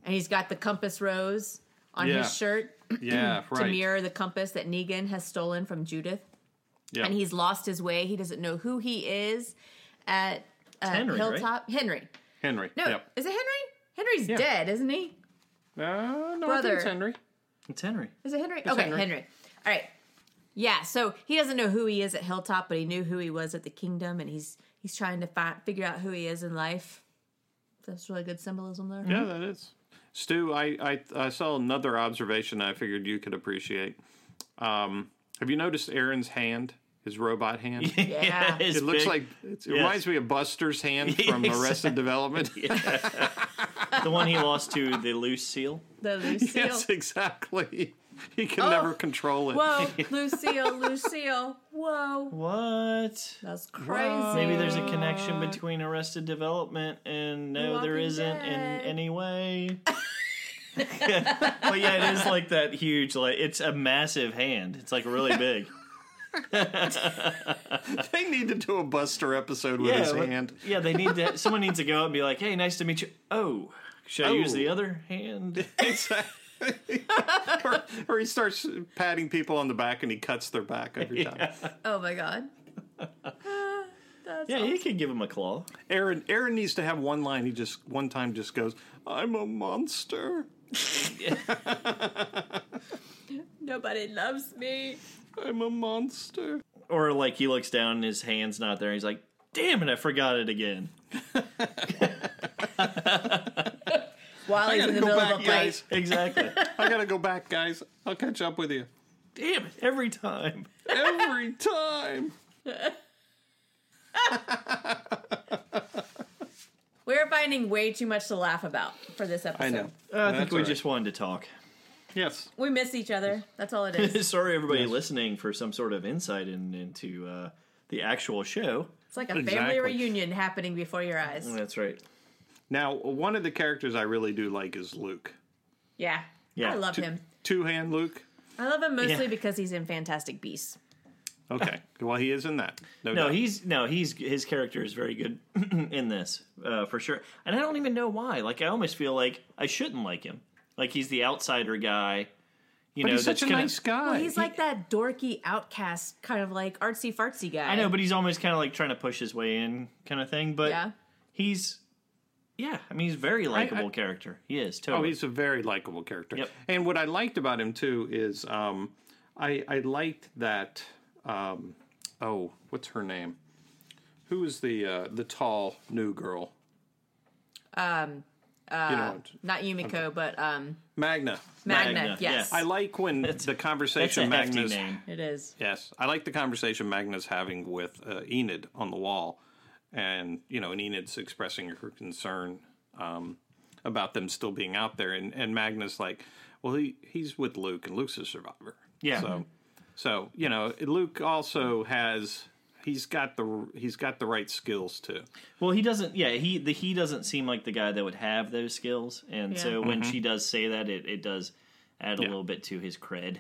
and he's got the compass rose on
Yeah.
his shirt
yeah,
to
right.
mirror the compass that Negan has stolen from Judith.
Yeah.
And he's lost his way. He doesn't know who he is at uh,
Henry, right?
Hilltop. Henry.
Henry.
No,
Yep.
is it Henry? Henry's dead, isn't he?
Uh, no, I think
Brother.
it's Henry.
it's Henry.
Is it Henry? okay,
Henry.
Henry. All right. Yeah, so he doesn't know who he is at Hilltop, but he knew who he was at the Kingdom, and he's he's trying to find figure out who he is in life. That's really good symbolism there.
Yeah, that is. Stu, I, I I saw another observation I figured you could appreciate. Um, have you noticed Aaron's hand? His robot hand.
Yeah.
His
It looks
big-
like it's, it reminds me of Buster's hand from Arrested Development.
the one he lost to the loose seal.
The Lucille.
yes, exactly. He can
Oh.
never control it.
Whoa, Lucille, Lucille. Whoa.
What?
That's crazy.
Maybe there's a connection between Arrested Development and no, there
Walking
isn't
Dead.
in any way. but yeah, it is like that huge, like it's a massive hand. It's like really big.
They need to do a Buster episode with
yeah,
his
what-
hand.
yeah, they need to. Someone needs to go up and be like, "Hey, nice to meet you." Oh, should I use
Oh.
the other hand?
Exactly. or, or he starts patting people on the back and he cuts their back every time.
Oh my god. That's
Yeah, you could give him a claw.
Aaron Aaron needs to have one line. He just one time just goes, "I'm a monster.
Nobody loves me.
I'm a monster."
Or like he looks down, and his hand's not there. He's like, "Damn it, I forgot it again."
While he's in the
Go
middle
back,
of a fight.
guys.
Exactly.
I gotta go back, guys. I'll catch up with you
Damn it, every time.
every time.
We're finding way too much to laugh about for this episode.
uh, I know.
I think
That's
we
all right.
just wanted to talk.
yes.
We miss each other. That's all it is.
Sorry, everybody listening, for some sort of insight in, into uh, the actual show.
It's like a
Exactly.
family reunion happening before your eyes.
That's right.
Now, one of the characters I really do like is Luke.
Yeah.
Yeah.
I love
Two-
him.
Two hand Luke.
I love him mostly
Yeah.
because he's in Fantastic Beasts.
Okay. well, he is in that. No,
No,
doubt.
he's no, he's his character is very good in this uh, for sure. And I don't even know why. Like, I almost feel like I shouldn't like him. Like he's the outsider guy. You
But
know,
he's
that's
such a
gonna-
nice guy.
He's like that dorky outcast, kind of like artsy fartsy guy.
I know, but he's almost kind of like trying to push his way in, kind of thing. But
yeah.
he's, yeah, I mean, he's a very likable character. He is
Oh,
totally.
he's a very likable character.
Yep.
And what I liked about him too is um, I I liked that um, oh what's her name? Who is the uh, the tall new girl? Um, you know, what?
Not Yumiko, but um,
Magna.
uh, Magna.
Magna,
Yes.
yeah.
I like when the
that's a
conversation
hefty
Magna's
name.
It is.
yes, I like the conversation Magna's having with uh, Enid on the wall, and you know, and Enid's expressing her concern um, about them still being out there, and and Magna's like, well, he he's with Luke, and Luke's a survivor.
Yeah.
So, so you know, Luke also has he's got the he's got the right skills too.
Well, he doesn't. Yeah, he the he doesn't seem like the guy that would have those skills, and so when
Mm-hmm.
she does say that, it it does add a little bit to his cred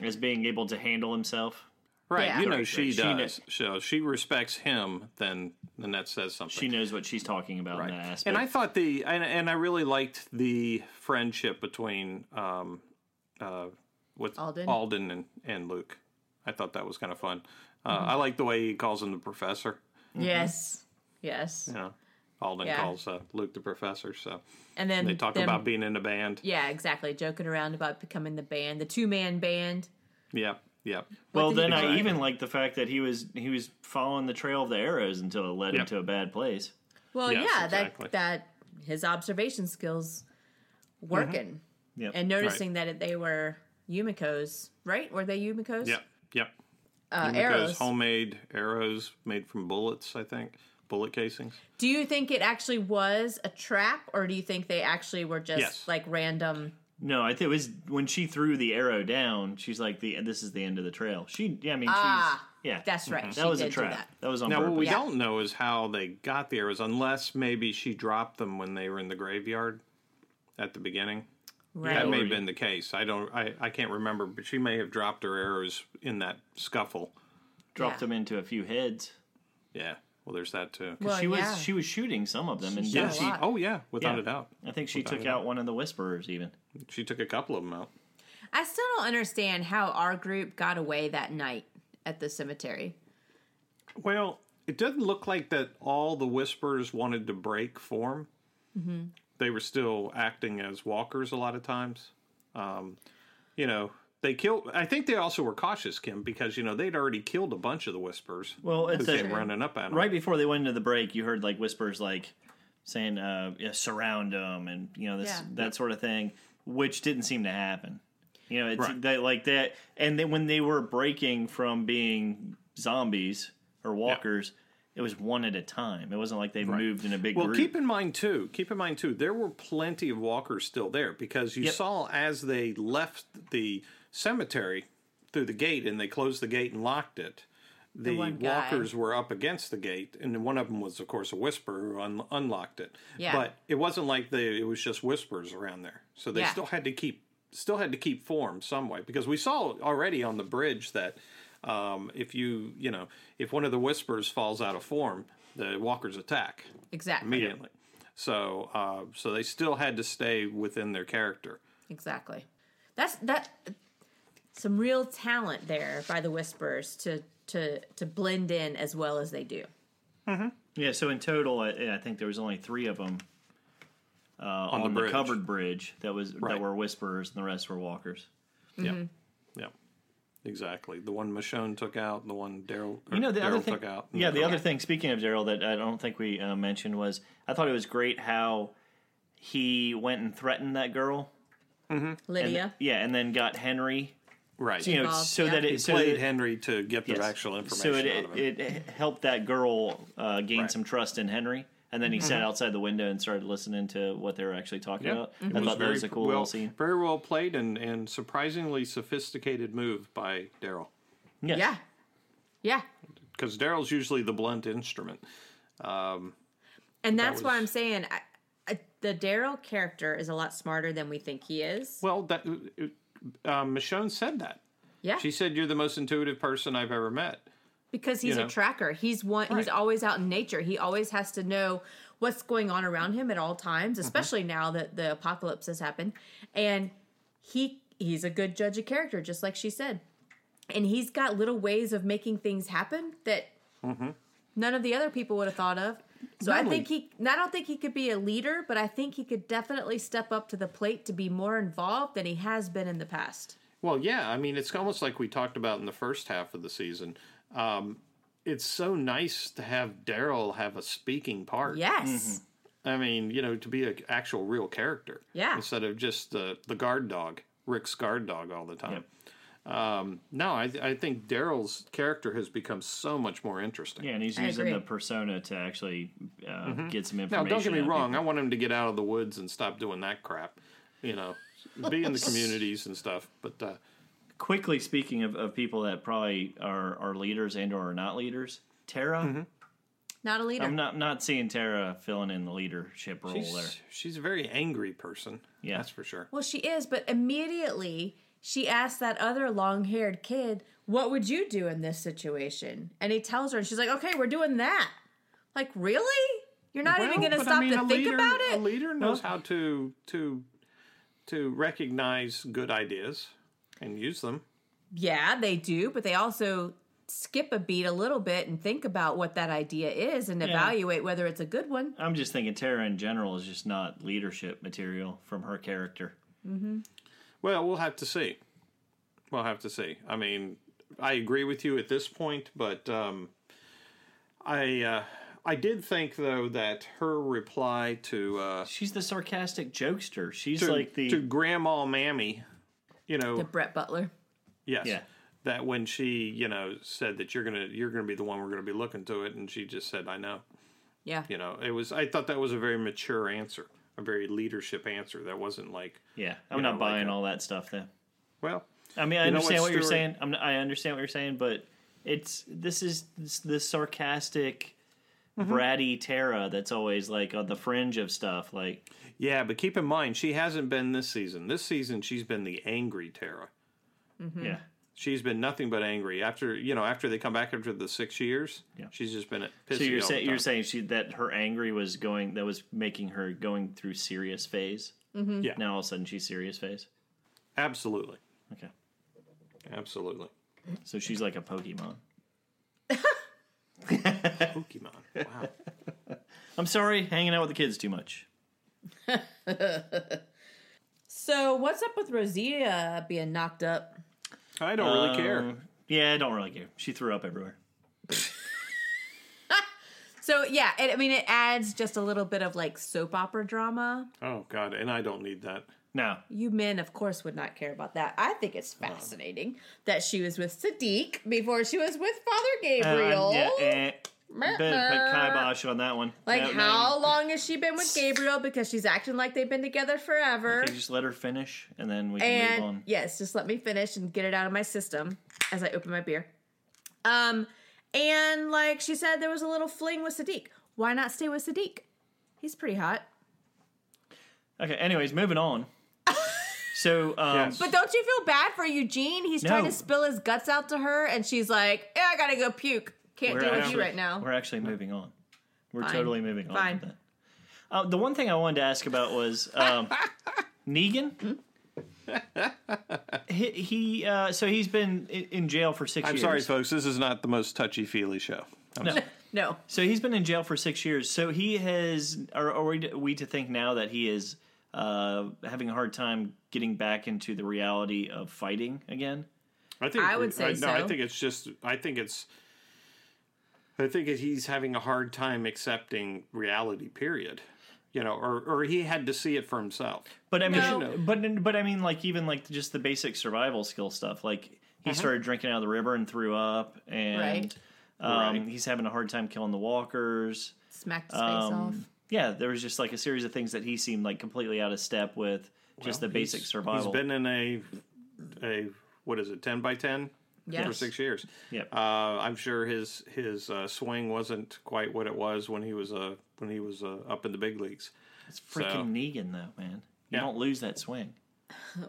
as being able to handle himself.
Right.
Yeah.
You know,
Correct,
she
right. She kn-
does. so she respects him. Then then that says something.
She knows what she's talking about in that aspect.
And I thought the and, and I really liked the friendship between um uh with
Alden?
Alden and, and Luke. I thought that was kind of fun. Uh, I like the way he calls him the professor.
Yes. Yes.
You know, Alden
Yeah.
calls uh, Luke the professor. So
And then
they talk
them-
about being in a band.
Yeah, exactly. Joking around about becoming the band, the two man band.
Yeah, yeah.
Well, then I
Exactly.
even like the fact that he was he was following the trail of the arrows until it led him
Yep.
to a bad place.
Well,
Yes,
yeah,
exactly.
that that his observation skills working
Mm-hmm.
Yep.
and noticing that they were Yumiko's, right? Were they Yumiko's?
Yep, yep.
Uh,
Yumiko's
arrows.
homemade arrows made from bullets. I think bullet casings.
Do you think it actually was a trap, or do you think they actually were just
Yes.
like random?
No, I think it was when she threw the arrow down. She's like, "The this is the end of the trail." She, yeah, I mean,
Ah,
she's yeah,
That's
Mm-hmm.
right. She
that was
did
a
do
trap.
that.
That. was on
Now, what
purpose.
we
Yeah.
don't know is how they got the arrows, unless maybe she dropped them when they were in the graveyard at the beginning.
Right.
That may
Or-
have been the case. I don't. I, I can't remember, but she may have dropped her arrows in that scuffle.
Dropped
yeah.
them into a few heads.
Yeah. Well, there's that too.
Well,
she was
yeah.
she was shooting some of them, and
shot
then
a
she,
lot.
Oh yeah, without
Yeah.
a doubt.
I think she
Without
took
a doubt.
out one of the whisperers. Even
She took a couple of them out.
I still don't understand how our group got away that night at the cemetery.
Well, it doesn't look like that all the whispers wanted to break form. They were still acting as walkers a lot of times. Um, you know, they killed. I think they also were cautious, Kim, because you know they'd already killed a bunch of the whispers.
well,
who
it's
came
a,
running up at them.
right before they went into the break, you heard like whispers like saying, uh, yeah, "Surround them," and you know this
Yeah.
that sort of thing, which didn't seem to happen. You know, it's
Right.
they, like that, and then when they were breaking from being zombies or walkers, it was one at a time. It wasn't like they moved in a big
Well,
group.
keep in mind too. Keep in mind too. There were plenty of walkers still there because you
Yep.
saw as they left the cemetery through the gate and they closed the gate and locked it. The,
one guy.
walkers were up against the gate, and then one of them was, of course, a whisperer who un- unlocked it.
Yeah.
But it wasn't like they, it was just whispers around there, so they
Yeah.
still had to keep still had to keep form some way because we saw already on the bridge that um, if you you know if one of the whispers falls out of form, the walkers attack
Exactly.
immediately. So, uh, so they still had to stay within their character.
Exactly. That's that. Some real talent there by the Whisperers to to to blend in as well as they do.
Yeah, so in total, I, I think there was only three of them uh, on,
the
the,
bridge.
covered bridge that was
Right.
that were whisperers, and the rest were walkers. Mm-hmm.
Yeah, yeah, exactly. The one Michonne took out, the one Daryl.
You know, the other
Daryl
thing.
took out.
yeah, the other thing. Speaking of Daryl, that I don't think we uh, mentioned was I thought it was great how he went and threatened that girl. And,
Lydia.
Yeah, and then got Henry.
right.
You know,
Involved,
so
yeah.
that
he
it so
played
that,
Henry to get the
yes.
actual information.
So it
out of him.
it, it helped that girl uh, gain
Right.
some trust in Henry. And
Mm-hmm.
then he sat outside the window and started listening to what they were actually talking
Yeah.
about.
It
I thought that was a cool
well,
little scene.
Very well played and, and surprisingly sophisticated move by Daryl.
Yes.
yeah. Yeah.
Because Daryl's usually the blunt instrument. Um,
And that's why
was-
I'm saying I, I, the Daryl character is a lot smarter than we think he is.
well, that uh, Michonne said that.
yeah.
She said, "You're the most intuitive person I've ever met."
because he's
you
a
know.
tracker. He's one. He's
Right.
always out in nature. He always has to know what's going on around him at all times,
Mm-hmm.
especially now that the apocalypse has happened. And he he's a good judge of character, just like she said. And he's got little ways of making things happen that
Mm-hmm.
none of the other people would have thought of. So I think he. I don't think he could be a leader, but I think he could definitely step up to the plate to be more involved than he has been in the past.
Well, yeah. I mean, it's almost like we talked about in the first half of the season. Um, it's so nice to have Daryl have a speaking part.
Yes.
Mm-hmm. I mean, you know, to be an actual real character.
Yeah.
Instead of just the the guard dog, Rick's guard dog all the time. Um, no, I, I think Daryl's character has become so much more interesting.
Yeah, and he's
I
using
agree.
the persona to actually uh, get some
Mm-hmm. Now,
information.
don't get me
out of
wrong. I
people.
want him to get out of the woods and stop doing that crap. You know, be in the communities and stuff. But uh,
Quickly speaking of, of people that probably are, are leaders and or are not leaders, Tara.
Mm-hmm.
Not a leader.
I'm not not seeing Tara filling in the leadership role there.
she's, she's a very angry person.
Yeah.
that's for sure.
Well, she is, but immediately she asks that other long haired kid, What would you do in this situation? And he tells her, and she's like, Okay, we're doing that. Like, really? You're not even
Well,
going to
but I
stop
mean,
to
a
think
leader-
about
A
it?
leader knows how to to to recognize good ideas and use them.
yeah, they do, but they also skip a beat a little bit and think about what that idea is and
Yeah.
evaluate whether it's a good one.
I'm just thinking Tara in general is just not leadership material from her character.
Mm-hmm.
Well, we'll have to see. We'll have to see. I mean, I agree with you at this point, but um, I uh, I did think though that her reply to uh,
she's the sarcastic jokester. She's like the-
to Grandma Mammy, you know,
The Brett Butler.
Yes.
Yeah.
That when she, you know, said that you're gonna you're gonna be the one we're gonna be looking to it, and she just said, "I know."
Yeah.
You know, it was. I thought that was a very mature answer, a very leadership answer. That wasn't like,
Yeah,
you
I'm not
know, like
buying
a-
all that stuff then.
Well,
I mean, I
you know
understand what, you're
Stuart?
saying. I'm, I understand what you're saying, but it's this is this, this sarcastic,
Mhm.
bratty Tara that's always like on the fringe of stuff. Like,
Yeah, but keep in mind she hasn't been this season. This season she's been the angry Tara.
Mm-hmm.
yeah,
She's been nothing but angry after you know after they come back after the six years.
Yeah.
She's just been pissy.
so you're
all
saying
the
you're
time.
saying she that her angry was going that was making her going through serious phase.
Mm-hmm.
Yeah.
Now all of a sudden she's serious phase.
absolutely,
Okay,
absolutely.
so she's like a Pokemon.
Pokemon. Wow.
I'm sorry, hanging out with the kids too much.
So what's up with Rosita being knocked up?
I don't really care.
Um, Yeah, I don't really care. She threw up everywhere.
So yeah, it, I mean it adds just a little bit of like soap opera drama.
Oh God, and I don't need that.
No,
You men, of course, would not care about that. I think it's fascinating that she was with Sadiq before she was with Father Gabriel.
Uh, yeah, eh.
Mer-
Been
mer.
put kibosh on that one.
Like,
That-
how long has she been with Gabriel? Because she's acting like they've been together forever.
Okay, just let her finish, and then we can move
and
on.
yes, just let me finish and get it out of my system as I open my beer. Um, and like she said, there was a little fling with Sadiq. Why not stay with Sadiq? He's pretty hot.
Okay. Anyways, moving on. so, um,
Yes.
But don't you feel bad for Eugene? He's trying
No.
to spill his guts out to her, and she's like, "Eh, "I gotta go puke. Can't deal with you right now."
We're actually moving on. We're
Fine.
totally moving on.
Fine.
with that. Uh, the one thing I wanted to ask about was um, Negan.
Hmm?
he he uh, so he's been i- in jail for 6
I'm
years.
sorry, folks. This is not the most touchy feely show. I'm
No.
sorry.
No,
So he's been in jail for six years. So he has. Are, are we, we to think now that he is uh, having a hard time getting back into the reality of fighting again?
I think
I would say
no, I
so.
think it's just. I think it's. I think it- he's having a hard time accepting reality. Period. You know, or or he had to see it for himself.
But I mean,
No.
but but I mean, like even like just the basic survival skill stuff. Like he started drinking out of the river and threw up, and
Uh-huh. Right.
Um,
Right.
he's having a hard time killing the walkers.
smacked his face off.
Um, yeah, there was just like a series of things that he seemed like completely out of step with just
Well,
the basic
he's-
survival.
He's been in a a what is it, ten by ten for
Yes.
six years.
Yep.
Uh, I'm sure his his uh, swing wasn't quite what it was when he was uh, when he was uh, up in the big leagues.
it's freaking
so-
Negan though, man. You
Yeah.
don't lose that swing.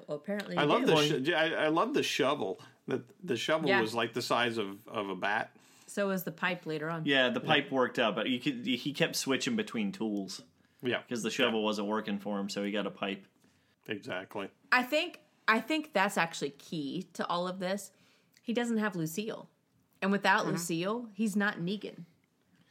Well, apparently,
I
you
love
do.
the sho- I, I love the shovel. That the shovel
Yeah.
was like the size of, of a bat.
So was the pipe later on.
Yeah, the pipe worked out, but you could, he kept switching between tools
Yeah,
because the shovel wasn't working for him, so he got a pipe.
exactly.
I think I think that's actually key to all of this. He doesn't have Lucille, and without Lucille, he's not Negan.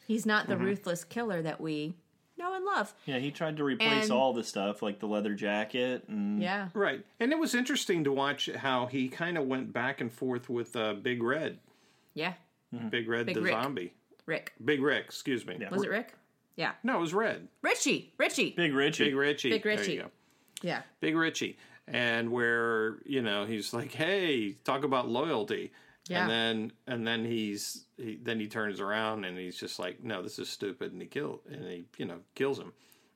He's not the ruthless killer that we know and love.
Yeah, he tried to replace
And-
all the stuff like the leather jacket and
Yeah,
Right, and it was interesting to watch how he kind of went back and forth with uh, Big Red,
yeah.
Big Red
Big
the
Rick.
zombie,
Rick
Big Rick. Excuse me.
was it Rick? Yeah,
No, it was Red.
Richie, Richie.
Big Richie.
Big Richie.
Big
There
Richie.
you go.
Yeah,
Big Richie, and where you know he's like, "Hey, talk about loyalty,"
Yeah.
and then and then he's he, then he turns around and he's just like, "No, this is stupid," and he kill and he you know kills him.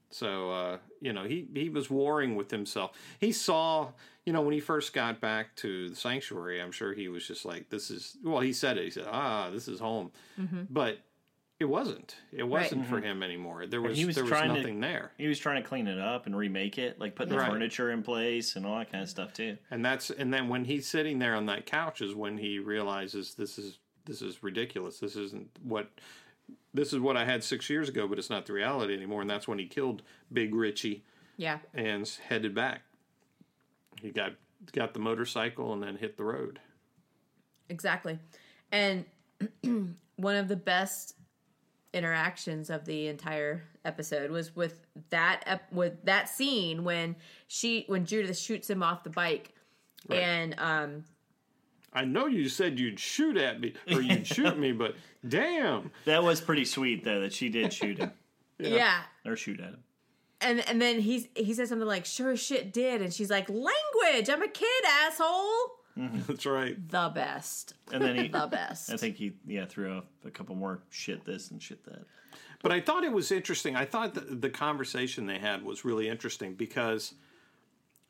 So uh, you know he he was warring with himself. He saw you know when he first got back to the sanctuary, I'm sure he was just like, "This is well." He said it. He said, "Ah, this is home," but it wasn't. It wasn't for him anymore. There was,
he was
there was
trying to-
nothing there.
He was trying to clean it up and remake it, like put the
Right.
furniture in place and all that kind of stuff too.
and that's and then when he's sitting there on that couch is when he realizes this is this is ridiculous this isn't what this is what i had six years ago but it's not the reality anymore and that's when he killed big richie
yeah.
and s- headed back he got got the motorcycle and then hit the road
Exactly. And one of the best interactions of the entire episode was with that ep- with that scene when she when Judith shoots him off the bike
Right.
and um
I know you said you'd shoot at me or you'd shoot me, but damn.
That was pretty sweet though that she did shoot him
yeah,
or shoot at him.
and and then he's he says something like sure as shit did and she's like language I'm a kid asshole
That's right.
the best
And then he,
the best
I think he, yeah, threw off a couple more shit this and shit that.
But I thought it was interesting. I thought the, the conversation they had was really interesting because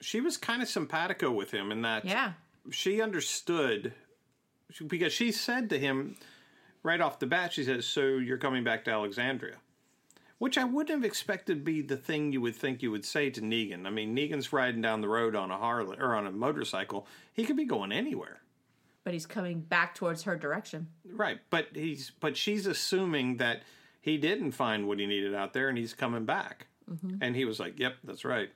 she was kind of simpatico with him in that
yeah
she understood because she said to him right off the bat, she says, So you're coming back to Alexandria, which I wouldn't have expected to be the thing you would think you would say to Negan. I mean, Negan's riding down the road on a Harley or on a motorcycle, he could be going anywhere.
but he's coming back towards her direction
Right, but he's but she's assuming that he didn't find what he needed out there, and he's coming back. And he was like, "Yep, that's right."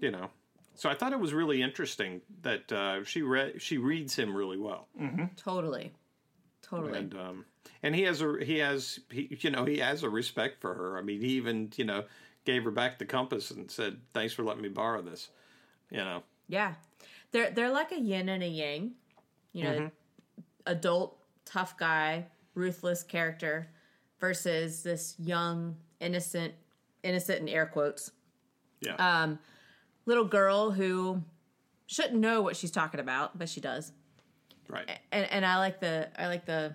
You know, so I thought it was really interesting that uh, she read she reads him really well,
totally
Oh,
totally
and um, and he has a he has he, you know he has a respect for her. I mean, he even you know gave her back the compass and said, "Thanks for letting me borrow this." You know,
Yeah. They're they're like a yin and a yang. You know, adult tough guy, ruthless character versus this young, innocent, innocent in air quotes,
yeah,
um little girl who shouldn't know what she's talking about, but she does.
right.
And and I like the I like the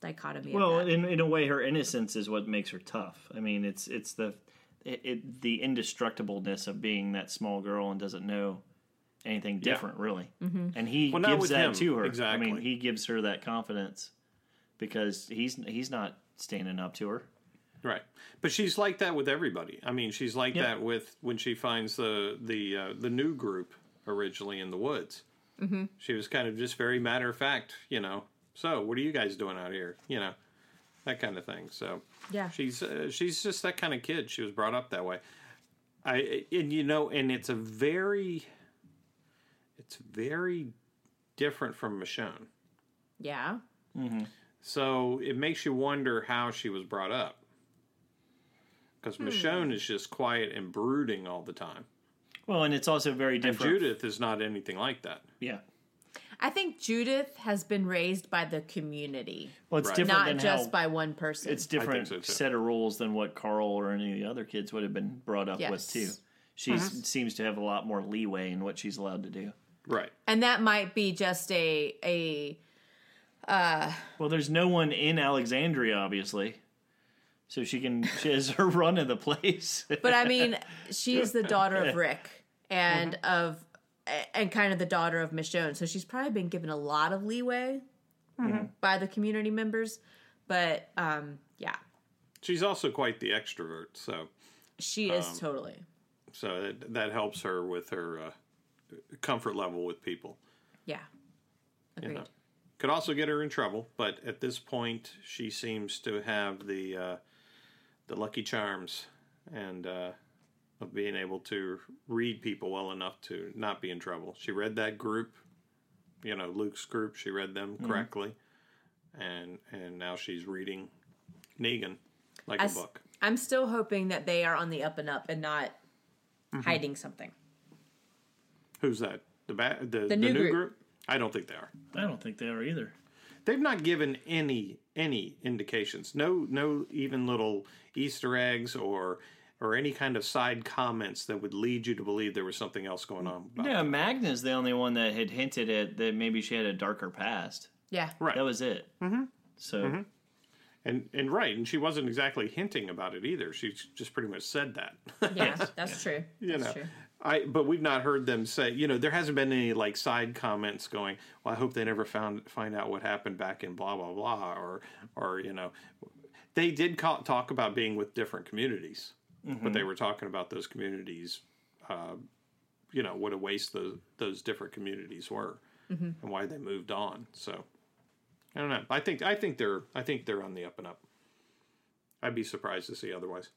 dichotomy
Well,
of that.
in, in a way, her innocence is what makes her tough. I mean, it's it's the it, it, the indestructibleness of being that small girl and doesn't know anything different, really. Mm-hmm. And he
Well, not
gives
with
that
him,
to her. I mean,
exactly.
he gives her that confidence because he's he's not standing up to her.
Right, but she's like that with everybody. I mean, she's like that with when she finds the the uh, the new group originally in the woods. Mm-hmm. She was kind of just very matter of fact, you know. So, what are you guys doing out here? You know, that kind of thing. So,
Yeah.
she's uh, she's just that kind of kid. She was brought up that way. I and you know, and it's a very, it's very different from Michonne.
yeah.
So it makes you wonder how she was brought up. Because Michonne is just quiet and brooding all the time.
Well, and it's also very
And
different.
Judith is not anything like that.
yeah.
I think Judith has been raised by the community,
Well, it's
Right.
different
not
than
just
how,
by one person.
it's different
so, too.
set of rules than what Carl or any of the other kids would have been brought up with
Yes.
too. She seems to have a lot more leeway in what she's allowed to do.
Right.
and that might be just a a
Well, there's no one in Alexandria, obviously, so she can she has her run of the place.
But I mean, she is the daughter of Rick and of and kind of the daughter of Michonne, so she's probably been given a lot of leeway by the community members. But um, yeah,
She's also quite the extrovert, so
she is
Um,
totally
so that, that helps her with her uh, comfort level with people.
yeah. Agreed.
Could also get her in trouble, but at this point, she seems to have the uh, the lucky charms and uh, of being able to read people well enough to not be in trouble. She read that group, you know, Luke's group. She read them
Mm-hmm.
correctly, and and now she's reading Negan like a
s-
book.
I'm still hoping that they are on the up and up and not hiding something.
Who's that? The ba- the, the,
new
new,
group.
group. I don't think they are.
I don't think they are either.
They've not given any any indications. No no even little Easter eggs or or any kind of side comments that would lead you to believe there was something else going on. about-
Yeah, Magna's the only one that had hinted at that maybe she had a darker past.
Yeah,
Right.
That was it. Mm-hmm. So
And and right, and she wasn't exactly hinting about it either. She just pretty much said that.
yeah, that's true.
you
that's
know.
true.
I but we've not heard them say, you know, there hasn't been any like side comments going, well, I hope they never found find out what happened back in blah blah blah or or you know, they did ca- talk about being with different communities, but
Mm-hmm.
they were talking about those communities, uh, you know, what a waste those those different communities were
Mm-hmm.
and why they moved on. So I don't know. I think I think they're I think they're on the up and up. I'd be surprised to see otherwise.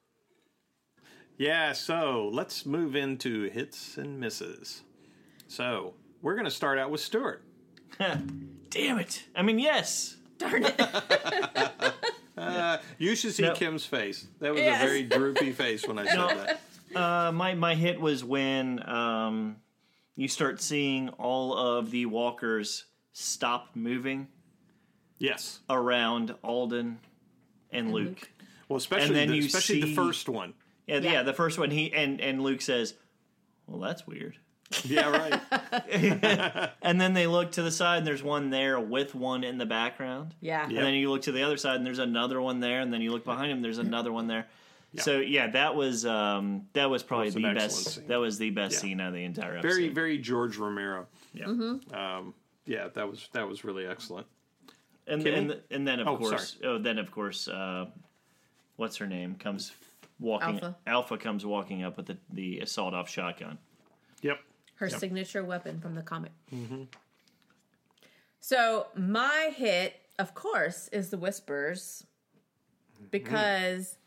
Yeah, so let's move into hits and misses. So we're going to start out with Stuart.
damn it. I mean, yes.
Darn it.
Uh, you should see
No.
Kim's face. That was
Yes.
a very droopy face when I said that.
Uh, my my hit was when um, you start seeing all of the walkers stop moving
Yes.
around Alden and Luke.
Well, especially
And then
the,
you
especially
see-
the first one.
Yeah, yeah,
Yeah.
the first one he and and Luke says, "Well, that's weird."
Yeah, right.
And then they look to the side and there's one there with one in the background.
Yeah.
And then you look to the other side and there's another one there and then you look behind him there's another one there. So yeah, that was um that was probably
That was
the
an
best
excellent scene.
that was the best
Yeah.
scene out of the entire episode.
very, very George Romero.
yeah.
Um, yeah, that was that was really excellent.
And,
Kimmy?
and and then of
Oh,
course oh then of course uh what's her name comes walking
Alpha.
comes walking up with the, the assault off shotgun.
Yep.
Her signature weapon from the comic. So my hit, of course, is the whispers because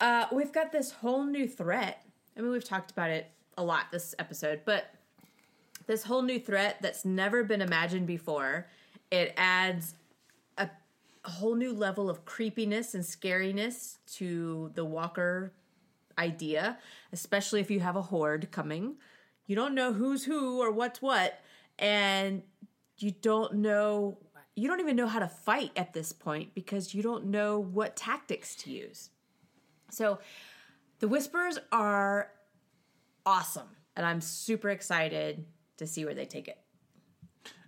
uh, we've got this whole new threat. I mean, we've talked about it a lot this episode, but this whole new threat that's never been imagined before. It adds a, a whole new level of creepiness and scariness to the Walker idea, especially if you have a horde coming. You don't know who's who or what's what, and you don't know, you don't even know how to fight at this point because you don't know what tactics to use. So the Whispers are awesome, and I'm super excited to see where they take it.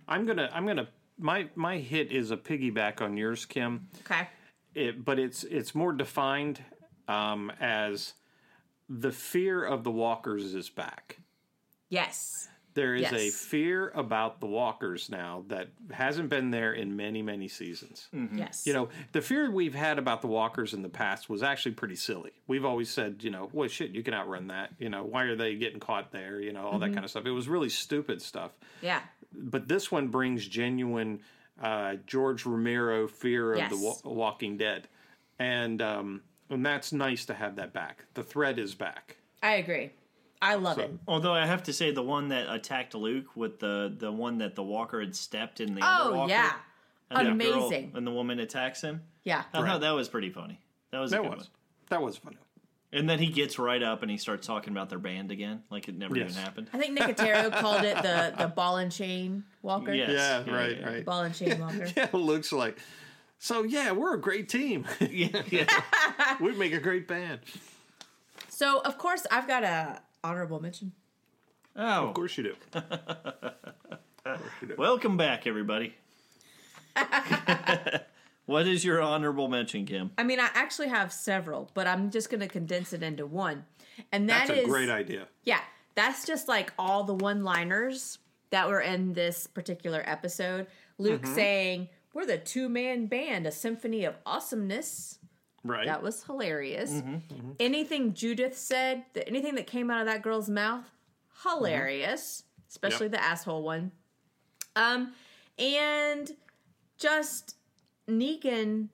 I'm gonna I'm gonna my my hit is a piggyback on yours, Kim.
Okay.
It, but it's it's more defined um, as the fear of the walkers is back.
Yes.
There is a
Yes.
fear about the walkers now that hasn't been there in many many seasons.
Mm-hmm.
Yes.
You know, the fear we've had about the walkers in the past was actually pretty silly. We've always said, you know, well, shit, you can outrun that. You know, why are they getting caught there? You know, all that kind of stuff. It was really stupid stuff.
Yeah.
But this one brings genuine uh, George Romero fear of the
Yes.
wa- Walking Dead, and um, and that's nice to have that back. The threat is back.
I agree. I love it.
Although I have to say the one that attacked Luke with the the one that the walker had stepped in the other
Oh,
walker,
yeah.
and the girl-
Amazing.
and the woman attacks him.
Yeah.
I
Right.
thought that was pretty funny. That was a
That
good
was
one.
that was funny.
And then he gets right up and he starts talking about their band again, like it never
Yes.
even happened.
I think Nicotero called it the, the ball and chain walker.
Yeah.
Yeah,
Yeah,
right,
yeah.
right.
Ball and chain walker.
Yeah, looks like. So yeah, we're a great team.
yeah, yeah.
We'd make a great band.
So of course I've got a honorable mention.
Oh,
Of course you do.
welcome back, everybody. what is your honorable mention, Kim?
I mean, I actually have several, but I'm just going to condense it into one, and that
That's a
is-
great idea.
yeah. That's just like all the one-liners that were in this particular episode. Luke
Mm-hmm.
saying, "We're the two-man band, a symphony of awesomeness."
Right.
That was hilarious. Anything Judith said, th- anything that came out of that girl's mouth, hilarious, especially
Yep.
the asshole one. Um, and just Negan.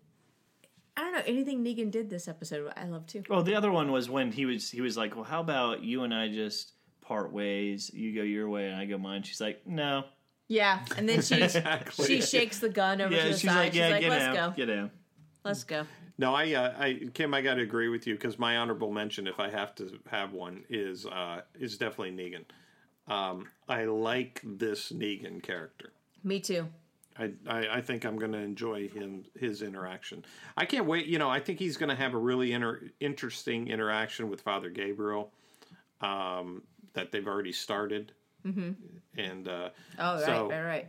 I don't know anything Negan did this episode. I love too.
Well, the other one was when he was he was like, "Well, how about you and I just part ways? You go your way and I go mine." She's like, "No."
Yeah, and then she
Exactly.
she shakes the gun over
Yeah,
to the
she's
side.
like, "Yeah,
she's like,
get
"Let's
out,
go,
get out."
let's go."
No, I, uh, I, Kim, I got to agree with you because my honorable mention, if I have to have one, is uh, is definitely Negan. Um, I like this Negan character.
Me too.
I, I, I think I'm going to enjoy him his interaction. I can't wait. You know, I think he's going to have a really inter- interesting interaction with Father Gabriel um, that they've already started. Mm-hmm. And uh,
Oh, right,
so,
right, right.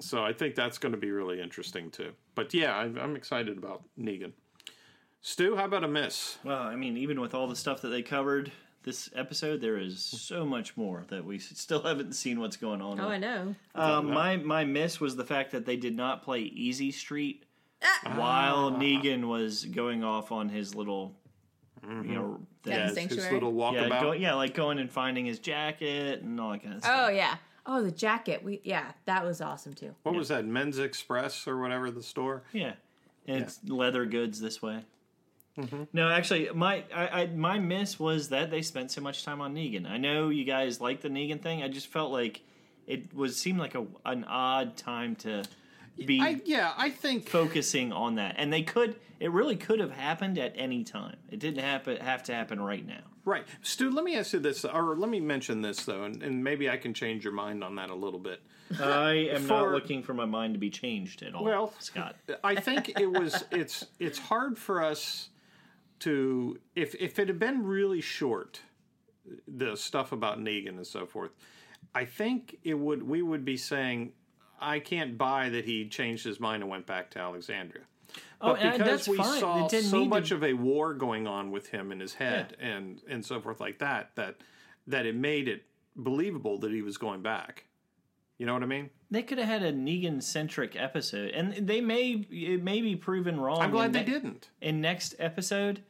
so I think that's going to be really interesting too. But yeah, I'm, I'm excited about Negan. Stu, how about a miss?
Well, I mean, even with all the stuff that they covered this episode, there is so much more that we s- still haven't seen what's going on.
Oh, I know.
Uh, my my miss was the fact that they did not play Easy Street
Ah!
while Negan was going off on his little, you know, thing.
Yeah,
Yeah,
Yes. his
his, his
sanctuary.
little
yeah,
walkabout.
go, yeah, like going and finding his jacket and all that kind of stuff.
Oh yeah. Oh, the jacket. We yeah, that was awesome too.
What was that? Men's Express or whatever the store.
Yeah, Mm-hmm. and it's leather goods this way. No, actually, my I, I my miss was that they spent so much time on Negan. I know you guys like the Negan thing. I just felt like it was seemed like a an odd time to be
yeah, I think
focusing on that. And they could it really could have happened at any time. It didn't happen have to happen right now.
Right. Stu, let me ask you this, or let me mention this, though, and, and maybe I can change your mind on that a little bit.
I am not
For-
looking for my mind to be changed at all.
Well,
Oh, Scott.
I think it was it's it's hard for us to if if it had been really short, the stuff about Negan and so forth. I think it would we would be saying I can't buy that he changed his mind and went back to Alexandria.
Oh,
But
and I-
because
that's
we
fine.
saw
It didn't
so
need to-
much of a war going on with him in his head and and so forth like that, that that it made it believable that he was going back. You know what I mean?
They could have had a Negan centric episode, and they may it may be proven wrong.
I'm glad
in
they
ne-
didn't.
In next episode,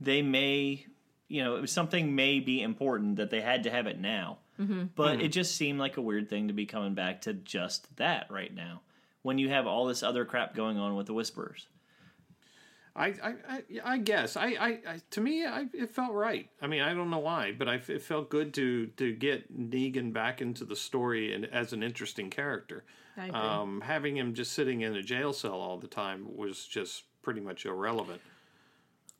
they may you know something may be important that they had to have it now,
Mm-hmm.
but it just seemed like a weird thing to be coming back to just that right now when you have all this other crap going on with the Whisperers.
I, I, I, I guess I, I, I to me I, it felt right. I mean I don't know why, but I, it felt good to to get Negan back into the story and as an interesting character.
I agree.
Um, having him just sitting in a jail cell all the time was just pretty much irrelevant.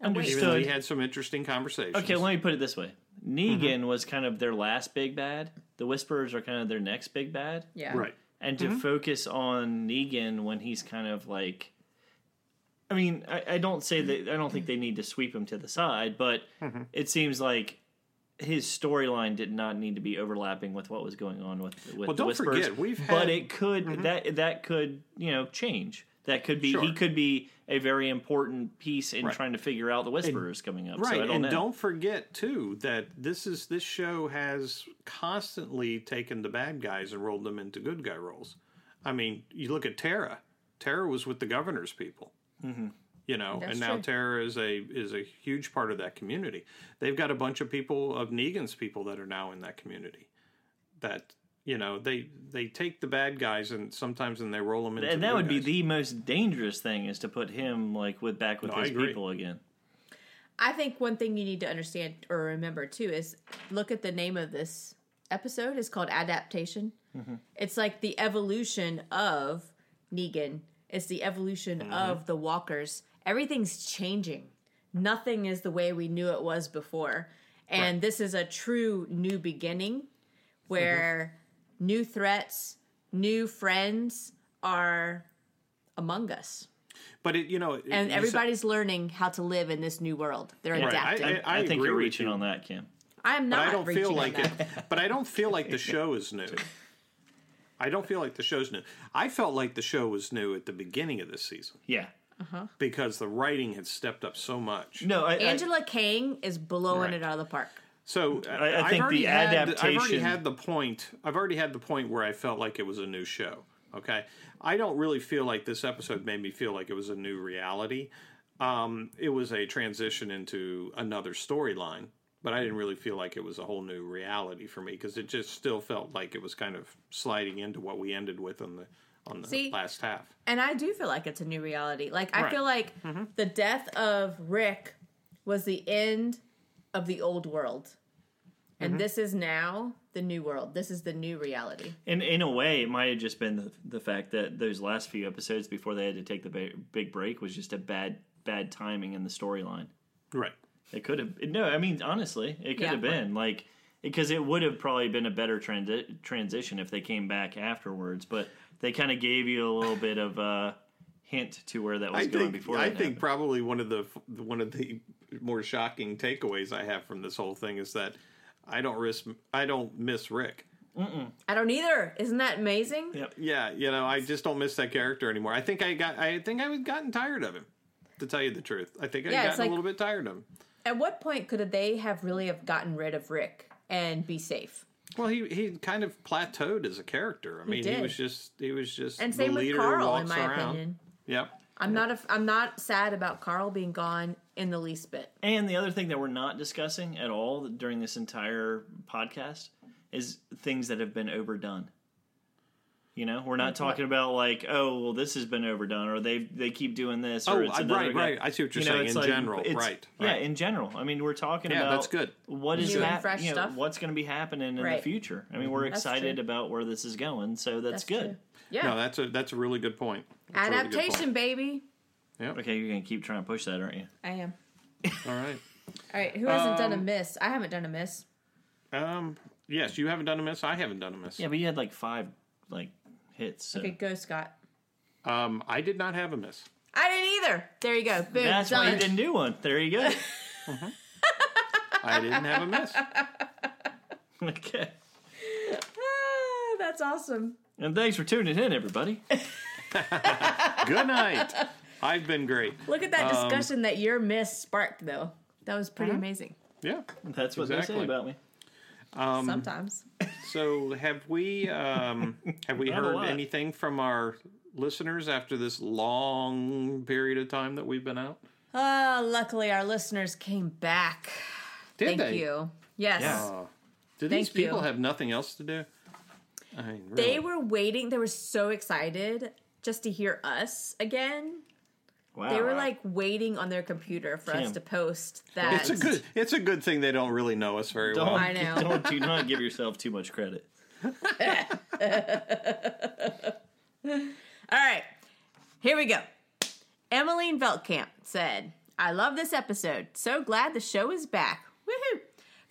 Even though he
Understood.
had some interesting conversations.
Okay, let me put it this way: Negan
Mm-hmm.
was kind of their last big bad. The Whisperers are kind of their next big bad.
yeah.
right.
and
Mm-hmm.
to focus on Negan when he's kind of like. I mean, I, I don't say that I don't think they need to sweep him to the side, but
Mm-hmm.
it seems like his storyline did not need to be overlapping with what was going on with with
Well,
the
don't
whispers.
forget, we've
but
had- Mm-hmm.
it could that that could you know change. That could be he
Sure.
could be a very important piece in
Right.
trying to figure out the whisperers coming up.
Right,
so I don't
and
know.
don't forget too that this is this show has constantly taken the bad guys and rolled them into good guy roles. I mean, you look at Tara. Tara was with the governor's people,
Mm-hmm.
you know,
That's
and now
true.
Tara is a is a huge part of that community. They've got a bunch of people of Negan's people that are now in that community. That you know they they take the bad guys and sometimes then they roll them into
and
the
that
good
would be
guys.
the most dangerous thing is to put him like with back with
No, I
his
agree.
people again.
I think one thing you need to understand or remember too is look at the name of this episode. It's called Adaptation.
Mm-hmm.
It's like the evolution of Negan, it's the evolution
Mm-hmm.
of the Walkers. Everything's changing, nothing is the way we knew it was before. And this is a true new beginning where
Mm-hmm.
new threats, new friends are among us.
but it you know it-
And
you said-
everybody's learning how to live in this new world. They're
Right, I-
adapting.
I, I,
agree
think you're
with
reaching
you.
on that, Kim.
I am
but
not.
I don't
reaching
feel
on
like
that.
it. But I don't feel like the show is new. I don't feel like the show's new. I felt like the show was new at the beginning of this season
Yeah.
because the writing had stepped up so much.
No, I, I,
Angela Kang is blowing
Right.
it out of the park.
So uh,
I
I've
think the
already had- I've already
adaptation-
had the point. I've already had the point where I felt like it was a new show. Okay, I don't really feel like this episode made me feel like it was a new reality. Um, it was a transition into another storyline, but I didn't really feel like it was a whole new reality for me because it just still felt like it was kind of sliding into what we ended with on the on the
See?
last half.
And I do feel like it's a new reality. Like I
Right.
feel like the death of Rick was the end of the old world. And this is now the new world. This is the new reality.
in in a way, it might have just been the, the fact that those last few episodes before they had to take the ba- big break was just a bad bad timing in the storyline.
Right.
It could have no, I mean honestly, it could
Yeah.
have been like because it would have probably been a better transi- transition if they came back afterwards, but they kind of gave you a little bit of a hint to where that was
I
going
think
before.
I
that
think probably one of the one of the more shocking takeaways I have from this whole thing is that I don't risk I don't miss Rick.
I don't either. Isn't that amazing?
Yeah.
Yeah, you know, I just don't miss that character anymore. I think I got I think I was gotten tired of him. To tell you the truth, I think I
Yeah,
got
it's
gotten
like-
a little bit tired of him.
At what point could they have really have gotten rid of Rick and be safe?
Well, he he kind of plateaued as a character. I mean, he,
did.
was just he was just
And
the
same with
leader who
Carl, in
walks
my
around.
opinion.
Yep.
I'm not. A, I'm not sad about Carl being gone in the least bit.
And the other thing that we're not discussing at all during this entire podcast is things that have been overdone. You know, we're
Mm-hmm.
not talking about like, oh, well, this has been overdone, or they they keep doing this, or
Oh,
it's
I-
another
right,
guy.
right. I see what you're saying.
it's
In general,
it's-
right,
Yeah,
right.
in general. I mean, we're talking
Yeah,
about
that's good.
What
New
is
and
hap-
fresh
you know,
stuff.
What's going to be happening in the
Right.
future?
Mm-hmm.
I mean, we're
That's
excited
true.
about where this is going, so that's,
That's
good.
Yeah.
No, that's a that's a really good point. That's a really good
Adaptation, baby.
Okay, you're going to keep trying to push that, aren't you?
I am.
point. All right.
All right. Who hasn't done a miss? I haven't done a miss.
Um. Yes, you haven't done a miss. I haven't done a miss.
Yeah, but you had like five like hits. So.
Okay, go, Scott.
Um. I did not have a miss.
I didn't either. There you go. Boom.
That's
done.
why you didn't do one. There you go.
I didn't have a miss.
okay.
Ah, that's awesome.
And thanks for tuning in, everybody.
Good night. I've been great.
Look at that
Um,
discussion that your miss sparked, though. That was pretty amazing.
Yeah.
That's what they
Exactly.
say about me.
Um,
Sometimes.
So have we um have we
Not a
heard
lot.
anything from our listeners after this long period of time that we've been out?
Ah, luckily our listeners came back.
Did
Thank
they?
you. Yes.
Oh. do
Thank
these people
you.
have nothing else to do? I mean, really.
They were waiting. They were so excited just to hear us again.
Wow.
They were like waiting on their computer for us
Tim.
to post that.
Oh, It's a good. It's a good thing they don't really know us very
Don't,
well.
I know.
don't do not give yourself too much credit.
All right, here we go. Emmeline Veltkamp said, I love this episode. So glad the show is back. Woohoo!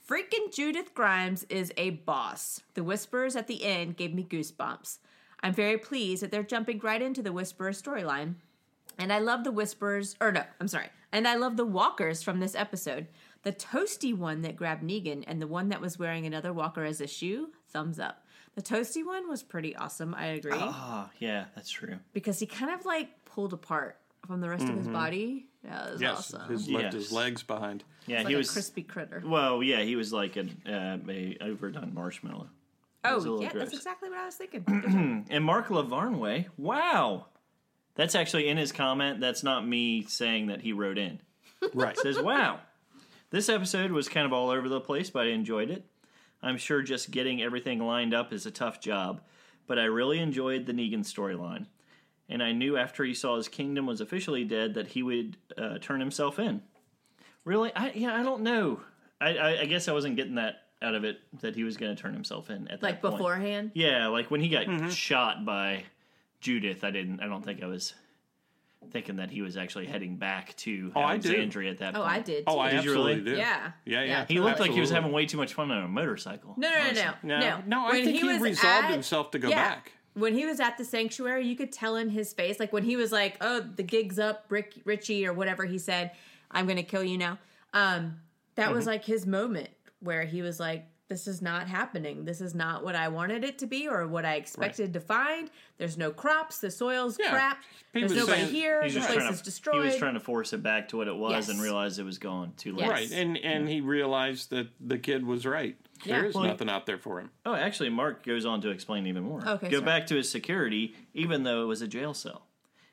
Freaking Judith Grimes is a boss. The whispers at the end gave me goosebumps. I'm very pleased that they're jumping right into the whisperer storyline. And I love the whispers, or no, I'm sorry. And I love the walkers from this episode. The toasty one that grabbed Negan and the one that was wearing another walker as a shoe, thumbs up. The toasty one was pretty awesome, I agree
Ah, yeah, that's true.
because he kind of like pulled apart from the rest of his body. Yeah, that was
Yes,
awesome.
who's left his
Yes.
legs behind?
Yeah,
like
he
a
was.
crispy critter.
Well, yeah, he was like an uh, a overdone marshmallow. was a
Oh,
little
yeah,
gross.
that's exactly what I was thinking.
And Mark Lavarnway, wow, that's actually in his comment. That's not me saying that he wrote in.
Right.
Says wow, this episode was kind of all over the place, but I enjoyed it. I'm sure just getting everything lined up is a tough job, but I really enjoyed the Negan storyline. And I knew after he saw his kingdom was officially dead that he would uh, turn himself in. Really? I, yeah, I don't know. I, I, I guess I wasn't getting that out of it that he was going to turn himself in at
like
that point.
beforehand.
Yeah, like when he got
Mm-hmm.
shot by Judith, I didn't. I don't think I was thinking that he was actually heading back to
I do.
Alexandria at that
Oh,
point.
I did.
Oh,
too.
I
Did you really?
absolutely do.
Yeah.
Yeah, yeah.
He looked like he was
Absolutely.
having way too much fun on a motorcycle.
No, no, no,
honestly.
no, no.
No, no, I think he resolved himself to go back.
When he was at the sanctuary, you could tell in his face, like when he was like, "Oh, the gig's up, Rick, Richie, or whatever he said, I'm going to kill you now." Um, that was like his moment where he was like, "This is not happening. This is not what I wanted it to be, or what I expected to find. There's no crops. The soil's
Yeah.
crap.
He
There's
was
nobody
saying-
here.
He's
The
just
place
trying
is
to,
destroyed."
He was trying to force it back to what it was
Yes.
and realized it was going too late.
Yes.
Right, and and he realized that the kid was right. There
Yeah.
is
Well,
nothing out there for him.
Oh, actually, Mark goes on to explain even more.
Okay,
Go
sorry.
back to his security, even though it was a jail cell.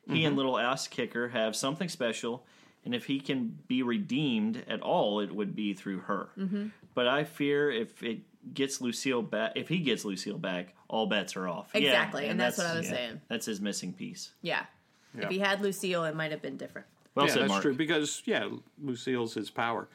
He and little ass kicker have something special, and if he can be redeemed at all, it would be through her.
Mm-hmm.
But I fear if it gets Lucille back, if he gets Lucille back, all bets are off. Yeah,
Exactly, and that's what I was saying.
That's his missing piece.
yeah.
Yeah.
If he had Lucille, it might have been different.
Well
yeah,
said,
that's
Mark.
true because yeah, Lucille's his power.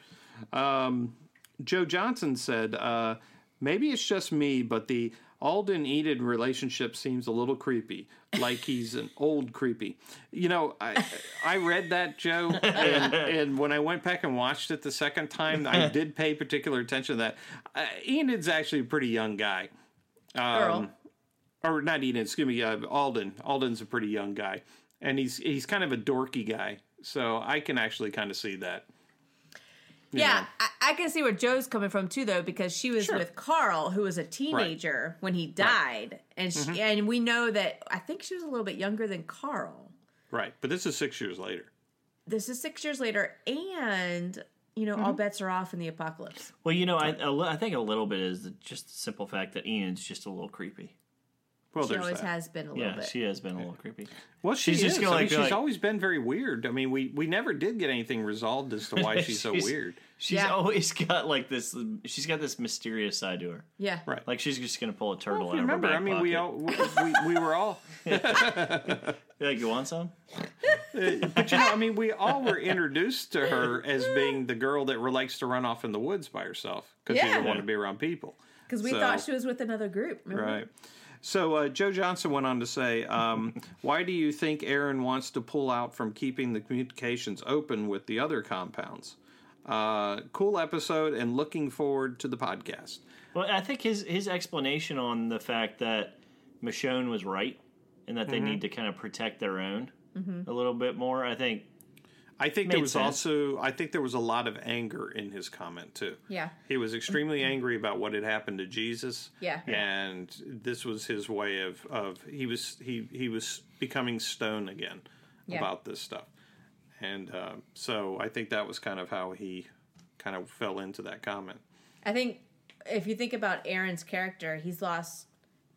Um, Joe Johnson said, uh, "Maybe it's just me, but the Alden Eden relationship seems a little creepy. Like he's an old creepy. You know, I I read that Joe, and, and when I went back and watched it the second time, I did pay particular attention to that. Uh, Enid's actually a pretty young guy. Um,
Earl,
or not Eden, excuse me, uh, Alden. Alden's a pretty young guy, and he's he's kind of a dorky guy, so I can actually kind of see that.
Yeah, I, I can see where Joe's coming from too, though, because she was with Carl, who was a teenager when he died, and she,
Mm-hmm.
and we know that I think she was a little bit younger than Carl.
Right, but this is six years later.
This is six years later, and you know all
Mm-hmm.
bets are off in the apocalypse.
Well, you know, I, a li- I think a little bit is the- just the simple fact that Ian's just a little creepy.
Well,
she
there's
always
that.
has been a little
yeah,
bit.
she has been a little creepy.
Well, she
She's just
is.
gonna,
I mean,
like, be
she's
like-
always been very weird. I mean, we we never did get anything resolved as to why she's so weird.
She's
Yeah.
always got like this. She's got this mysterious side to her.
yeah.
Right.
Like she's just gonna pull a turtle out of
Remember,
her back
I mean, we
pocket.
all we, we, we were all.
Like you want some?
uh, But you know, I mean, we all were introduced to her as being the girl that likes to run off in the woods by herself because she
Yeah.
didn't want to be around people.
Because we
So-
thought she was with another group. Remember?
Right. So uh, Joe Johnson went on to say, um, "Why do you think Aaron wants to pull out from keeping the communications open with the other compounds?" Uh, cool episode, and looking forward to the podcast.
Well, I think his his explanation on the fact that Michonne was right and that they
Mm-hmm.
need to kind of protect their own a little bit more. I think
I think there
Made
was
sense.
also I think there was a lot of anger in his comment too.
Yeah.
He was extremely angry about what had happened to Jesus.
Yeah.
And this was his way of, of he was he he was becoming stone again
Yeah.
about this stuff. And uh, so I think that was kind of how he kind of fell into that comment.
I think if you think about Aaron's character, he's lost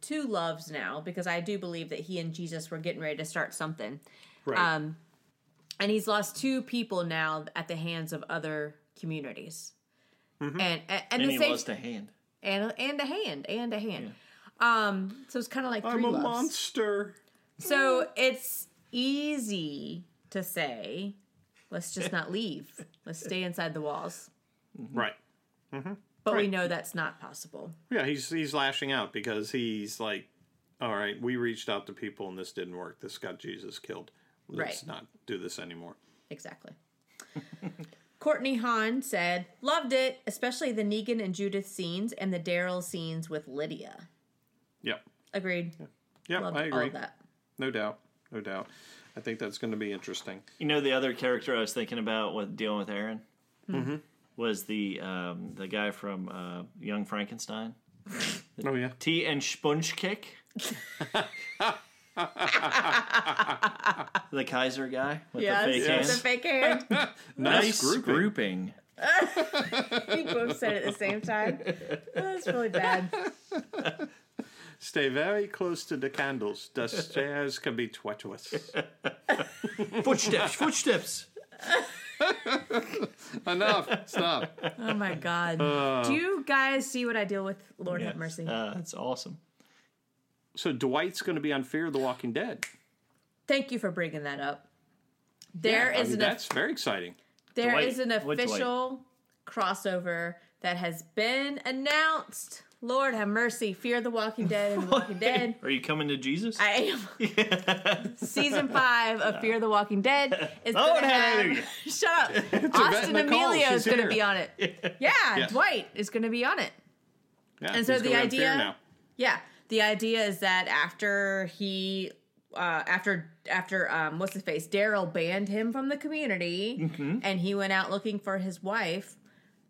two loves now because I do believe that he and Jesus were getting ready to start something.
Right.
Um, and he's lost two people now at the hands of other communities.
Mm-hmm.
And, and, and
and
the
he
same
lost a hand.
and and a hand and a hand. Um, so it's kind of like
I'm
three
a
loves.
monster.
So it's easy to say, let's just not leave. Let's stay inside the walls.
Mm-hmm. Right.
But we know that's not possible.
Yeah, he's he's lashing out because he's like, all right, we reached out to people and this didn't work. This got Jesus killed. Let's
Right.
not do this anymore.
Exactly. Courtney Hahn said, "Loved it, especially the Negan and Judith scenes and the Daryl scenes with Lydia."
Yep.
Agreed.
Yep,
Loved
I
all
agree.
of that.
No doubt. No doubt. I think that's going to be interesting.
You know the other character I was thinking about with dealing with Aaron
Mm-hmm.
was the um, the guy from uh, Young Frankenstein.
Oh yeah.
T and Spunch Kick. the Kaiser guy with
Yes,
the fake
with
hands.
the fake hand.
nice grouping.
we both said it at the same time. That's really bad.
Stay very close to the candles. The stairs can be tortuous.
Footsteps, footsteps.
Enough. Stop.
Oh my god. Do you guys see what I deal with? Lord have mercy.
Uh, that's awesome.
So Dwight's going to be on Fear the Walking Dead.
Thank you for bringing that up. There
I
is
mean,
an
that's very exciting.
There
Dwight.
is an
What
official crossover that has been announced. Lord have mercy. Fear the Walking Dead and the Walking Dead.
Are you coming to Jesus?
I am. Season five of Fear the Walking Dead is
Lord
Oh,
going to
hallelujah.
have. Shut up. Austin
Nicole.
Emilio is
She's
going
here.
to be on it. Yeah,
Yes.
Dwight is going to be on it.
Yeah,
And so
he's
the
gonna be on Fear
idea-
now.
Yeah, the idea is that after he, uh, after after um, what's his face, Daryl banned him from the community,
Mm-hmm.
and he went out looking for his wife.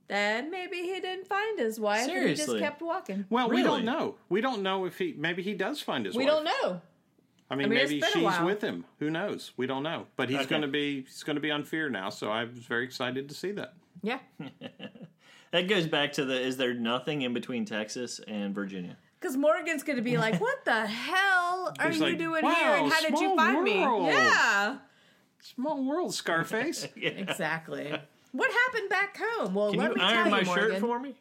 Then maybe he didn't find his wife. and he just
Seriously?
kept walking.
Well, we
Really?
don't know. We don't know if he. Maybe he does find his.
we
wife.
don't know.
I mean,
I mean, it's
maybe
been a
she's
while.
with him. Who knows? We don't know. But he's
Okay.
going to be. He's going to be on Fear now. So I was very excited to see that.
Yeah,
That goes back to the is there nothing in between Texas and Virginia?
because Morgan's gonna be like, "What the hell are
He's
you
like,
doing
"Wow,
here? And how did you
small
find
world."
me?" Yeah,
Small world, Scarface.
exactly. What happened back home? Well,
Can
let
you
me tell
iron
you,
my
Morgan.
shirt for me?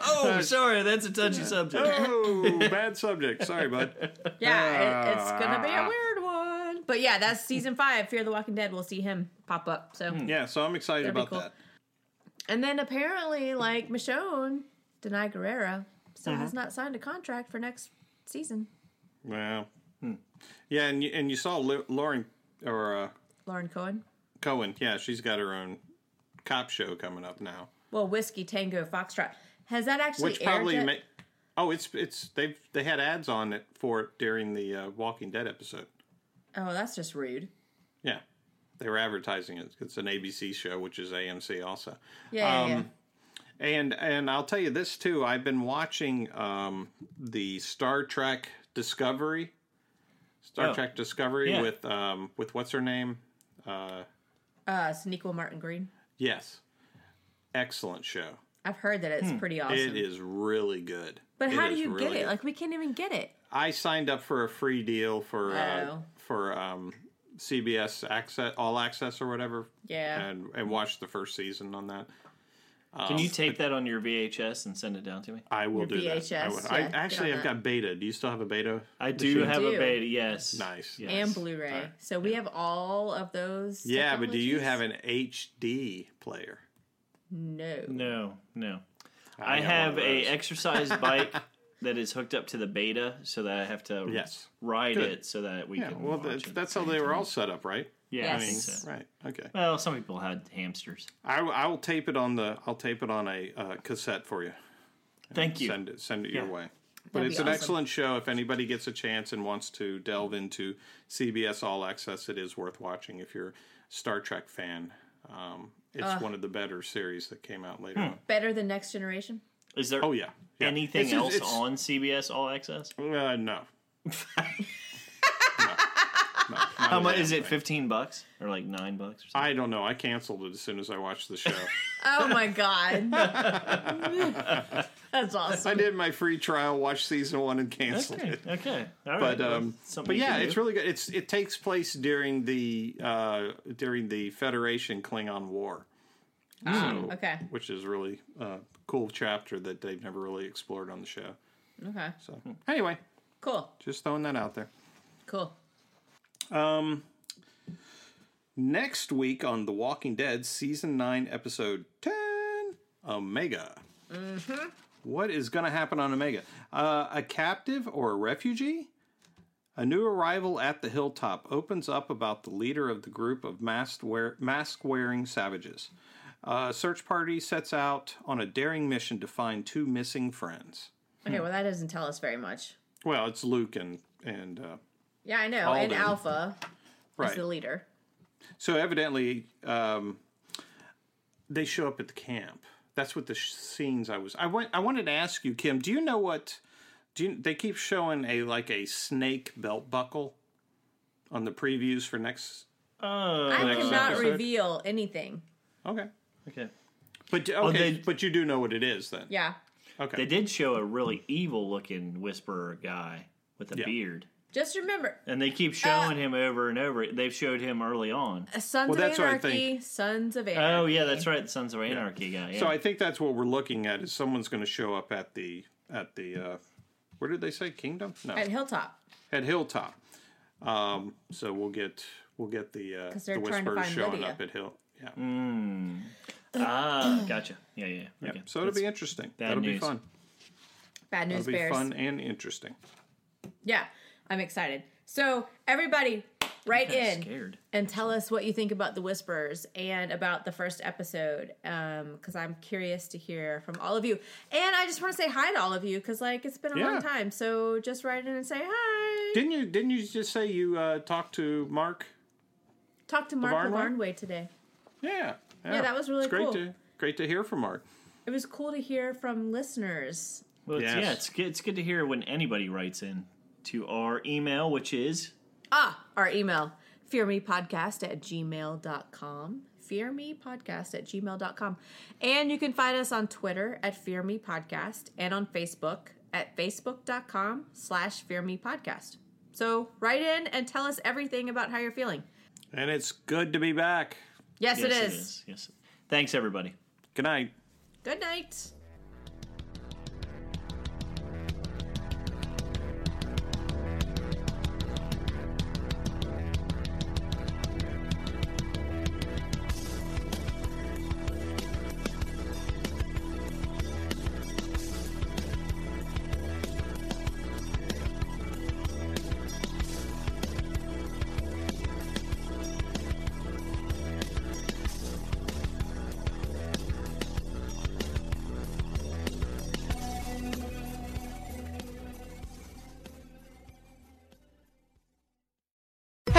oh, sorry, that's a touchy subject.
oh, bad subject. Sorry, bud. Uh,
Yeah, it, it's gonna be a weird one. But yeah, that's season five. Fear the Walking Dead. We'll see him pop up. So,
Yeah, so I'm excited
That'd be
about
cool.
that.
and then apparently, like Michonne, Denai Guerrera still
Uh-huh.
has not signed a contract for next season.
Wow. Yeah, and you, and you saw Lu- Lauren or uh,
Lauren Cohen.
Cohen. Yeah, she's got her own cop show coming up now,
Well, Whiskey Tango Foxtrot. Has that actually
which
aired
probably
yet?
may. Oh, it's it's they have they had ads on it for it during the uh, Walking Dead episode.
oh, that's just rude.
Yeah, they were advertising it. It's an ABC show, which is AMC also.
Yeah, yeah, yeah.
Um, And and I'll tell you this too. I've been watching um, the Star Trek Discovery, Star
Oh.
Trek Discovery
Yeah.
with um, with what's her name? Uh,
Uh, Sonequa Martin Green.
Yes, excellent show.
I've heard that it's pretty awesome.
It is really good.
But
It
how do
is
you
really
get it?
good.
Like we can't even get it.
I signed up for a free deal for uh,
Oh.
for um, CBS Access All Access or whatever.
Yeah.
and, and watched the first season on that.
Can
Um,
you tape that on your VHS and send it down to me?
I will
Your
do that. I,
VHS,
will.
yeah,
I
get
actually
on
I've
that.
got beta. Do you still have a beta?
I do have
do.
a beta. Yes.
Nice.
Yes.
And Blu-ray. So we have all of those.
Yeah, but do you have
it?
an HD player?
No.
No, no. I,
got one
have
of
a
those.
exercise bike that is hooked up to the beta, so that I have to
Yes.
ride
Good.
it, so that we
Yeah,
can.
well,
watch
that's,
it.
that's how they were all set up, right?
yeah. I
Yes.
think so.
Right. Okay.
Well, some people had hamsters.
I, w- I will tape it on the. I'll tape it on a uh, cassette for you.
Thank you.
Send it. Send it your
Yeah.
way. But
That'd
it's
be
an
awesome.
excellent show. If anybody gets a chance and wants to delve into CBS All Access, it is worth watching if you're a Star Trek fan. Um, it's one of the better series that came out later on.
Better than Next Generation?
Is there
Oh yeah. yeah.
Hmm. anything
It's just-
else
it's-
on CBS All Access?
Uh, no.
How much is it? Fifteen bucks or like nine bucks or something?
I don't know. I canceled it as soon as I watched the show.
Oh my god. That's awesome.
I did my free trial, watched season one, and canceled
Okay.
it.
Okay. All right.
but
well,
um,
something
but
you
yeah,
can
it's
do.
really good. It's it takes place during the uh, during the Federation Klingon War,
Oh, okay.
which is really uh, cool chapter that they've never really explored on the show.
Okay.
So anyway,
Cool.
just throwing that out there.
Cool.
Next week on The Walking Dead season nine episode ten, Omega. Mm-hmm. is going to happen on Omega? Uh, a captive or a refugee? A new arrival at the hilltop opens up about the leader of the group of masked wear- mask wearing savages. A search party sets out on a daring mission to find two missing friends.
Okay, well that doesn't tell us very much.
Well, it's Luke and and uh,
Yeah, I know. and
Alden.
Alpha
right.
is the leader.
So evidently, um, they show up at the camp. That's what the sh- scenes I was. I went. I wanted to ask you, Kim. Do you know what? Do you, they keep showing a like a snake belt buckle on the previews for next?
Oh,
I
next
cannot
episode.
reveal anything.
Okay,
Okay.
but okay,
Oh, they-
but you do know what it is then.
Yeah.
Okay.
They did show a really evil looking whisperer guy with a
Yeah.
beard.
Just remember
And they
Uh,
keep showing him over and over. They've showed him early on.
Sons
Well,
of
that's what I
Anarchy,
think.
Sons of Anarchy.
Oh yeah, that's right. The Sons of Anarchy guy. Yeah.
So I think that's what we're looking at. Is someone's going to show up at the at the uh, where did they say kingdom? No,
At Hilltop.
at Hilltop. Um, so we'll get we'll get the uh,
'Cause they're
the
trying to
whispers
find
showing
Lydia.
up at Hill. Yeah.
ah, gotcha. Yeah, yeah. yeah. Okay.
So it'll be interesting. That'll be
news.
fun.
Bad News
It'll be
Bears.
fun and interesting.
Yeah, I'm excited. So everybody, write in.
I'm scared.
and tell us what you think about the whisperers and about the first episode because i'm curious to hear from all of you and i just want to say hi to all of you because like it's been a
Yeah.
long time so just write in and say hi
Didn't you? Didn't you just say you uh, talked to Mark?
talk to mark
Barnway?
Barnway today
Yeah. Yeah,
that was really
it's great
cool.
To, great to hear from Mark.
it was cool to hear from listeners
Well, it's,
Yes.
yeah, it's good. It's good to hear when anybody writes in to our email, which is
ah our email fearmepodcast at gmail.com fearmepodcast at gmail.com and you can find us on twitter at fearmepodcast and on facebook at facebook.com slash fearmepodcast so write in and tell us everything about how you're feeling
And it's good to be back.
yes,
yes,
it, is.
it is. Yes. Thanks, everybody.
Good night.
good night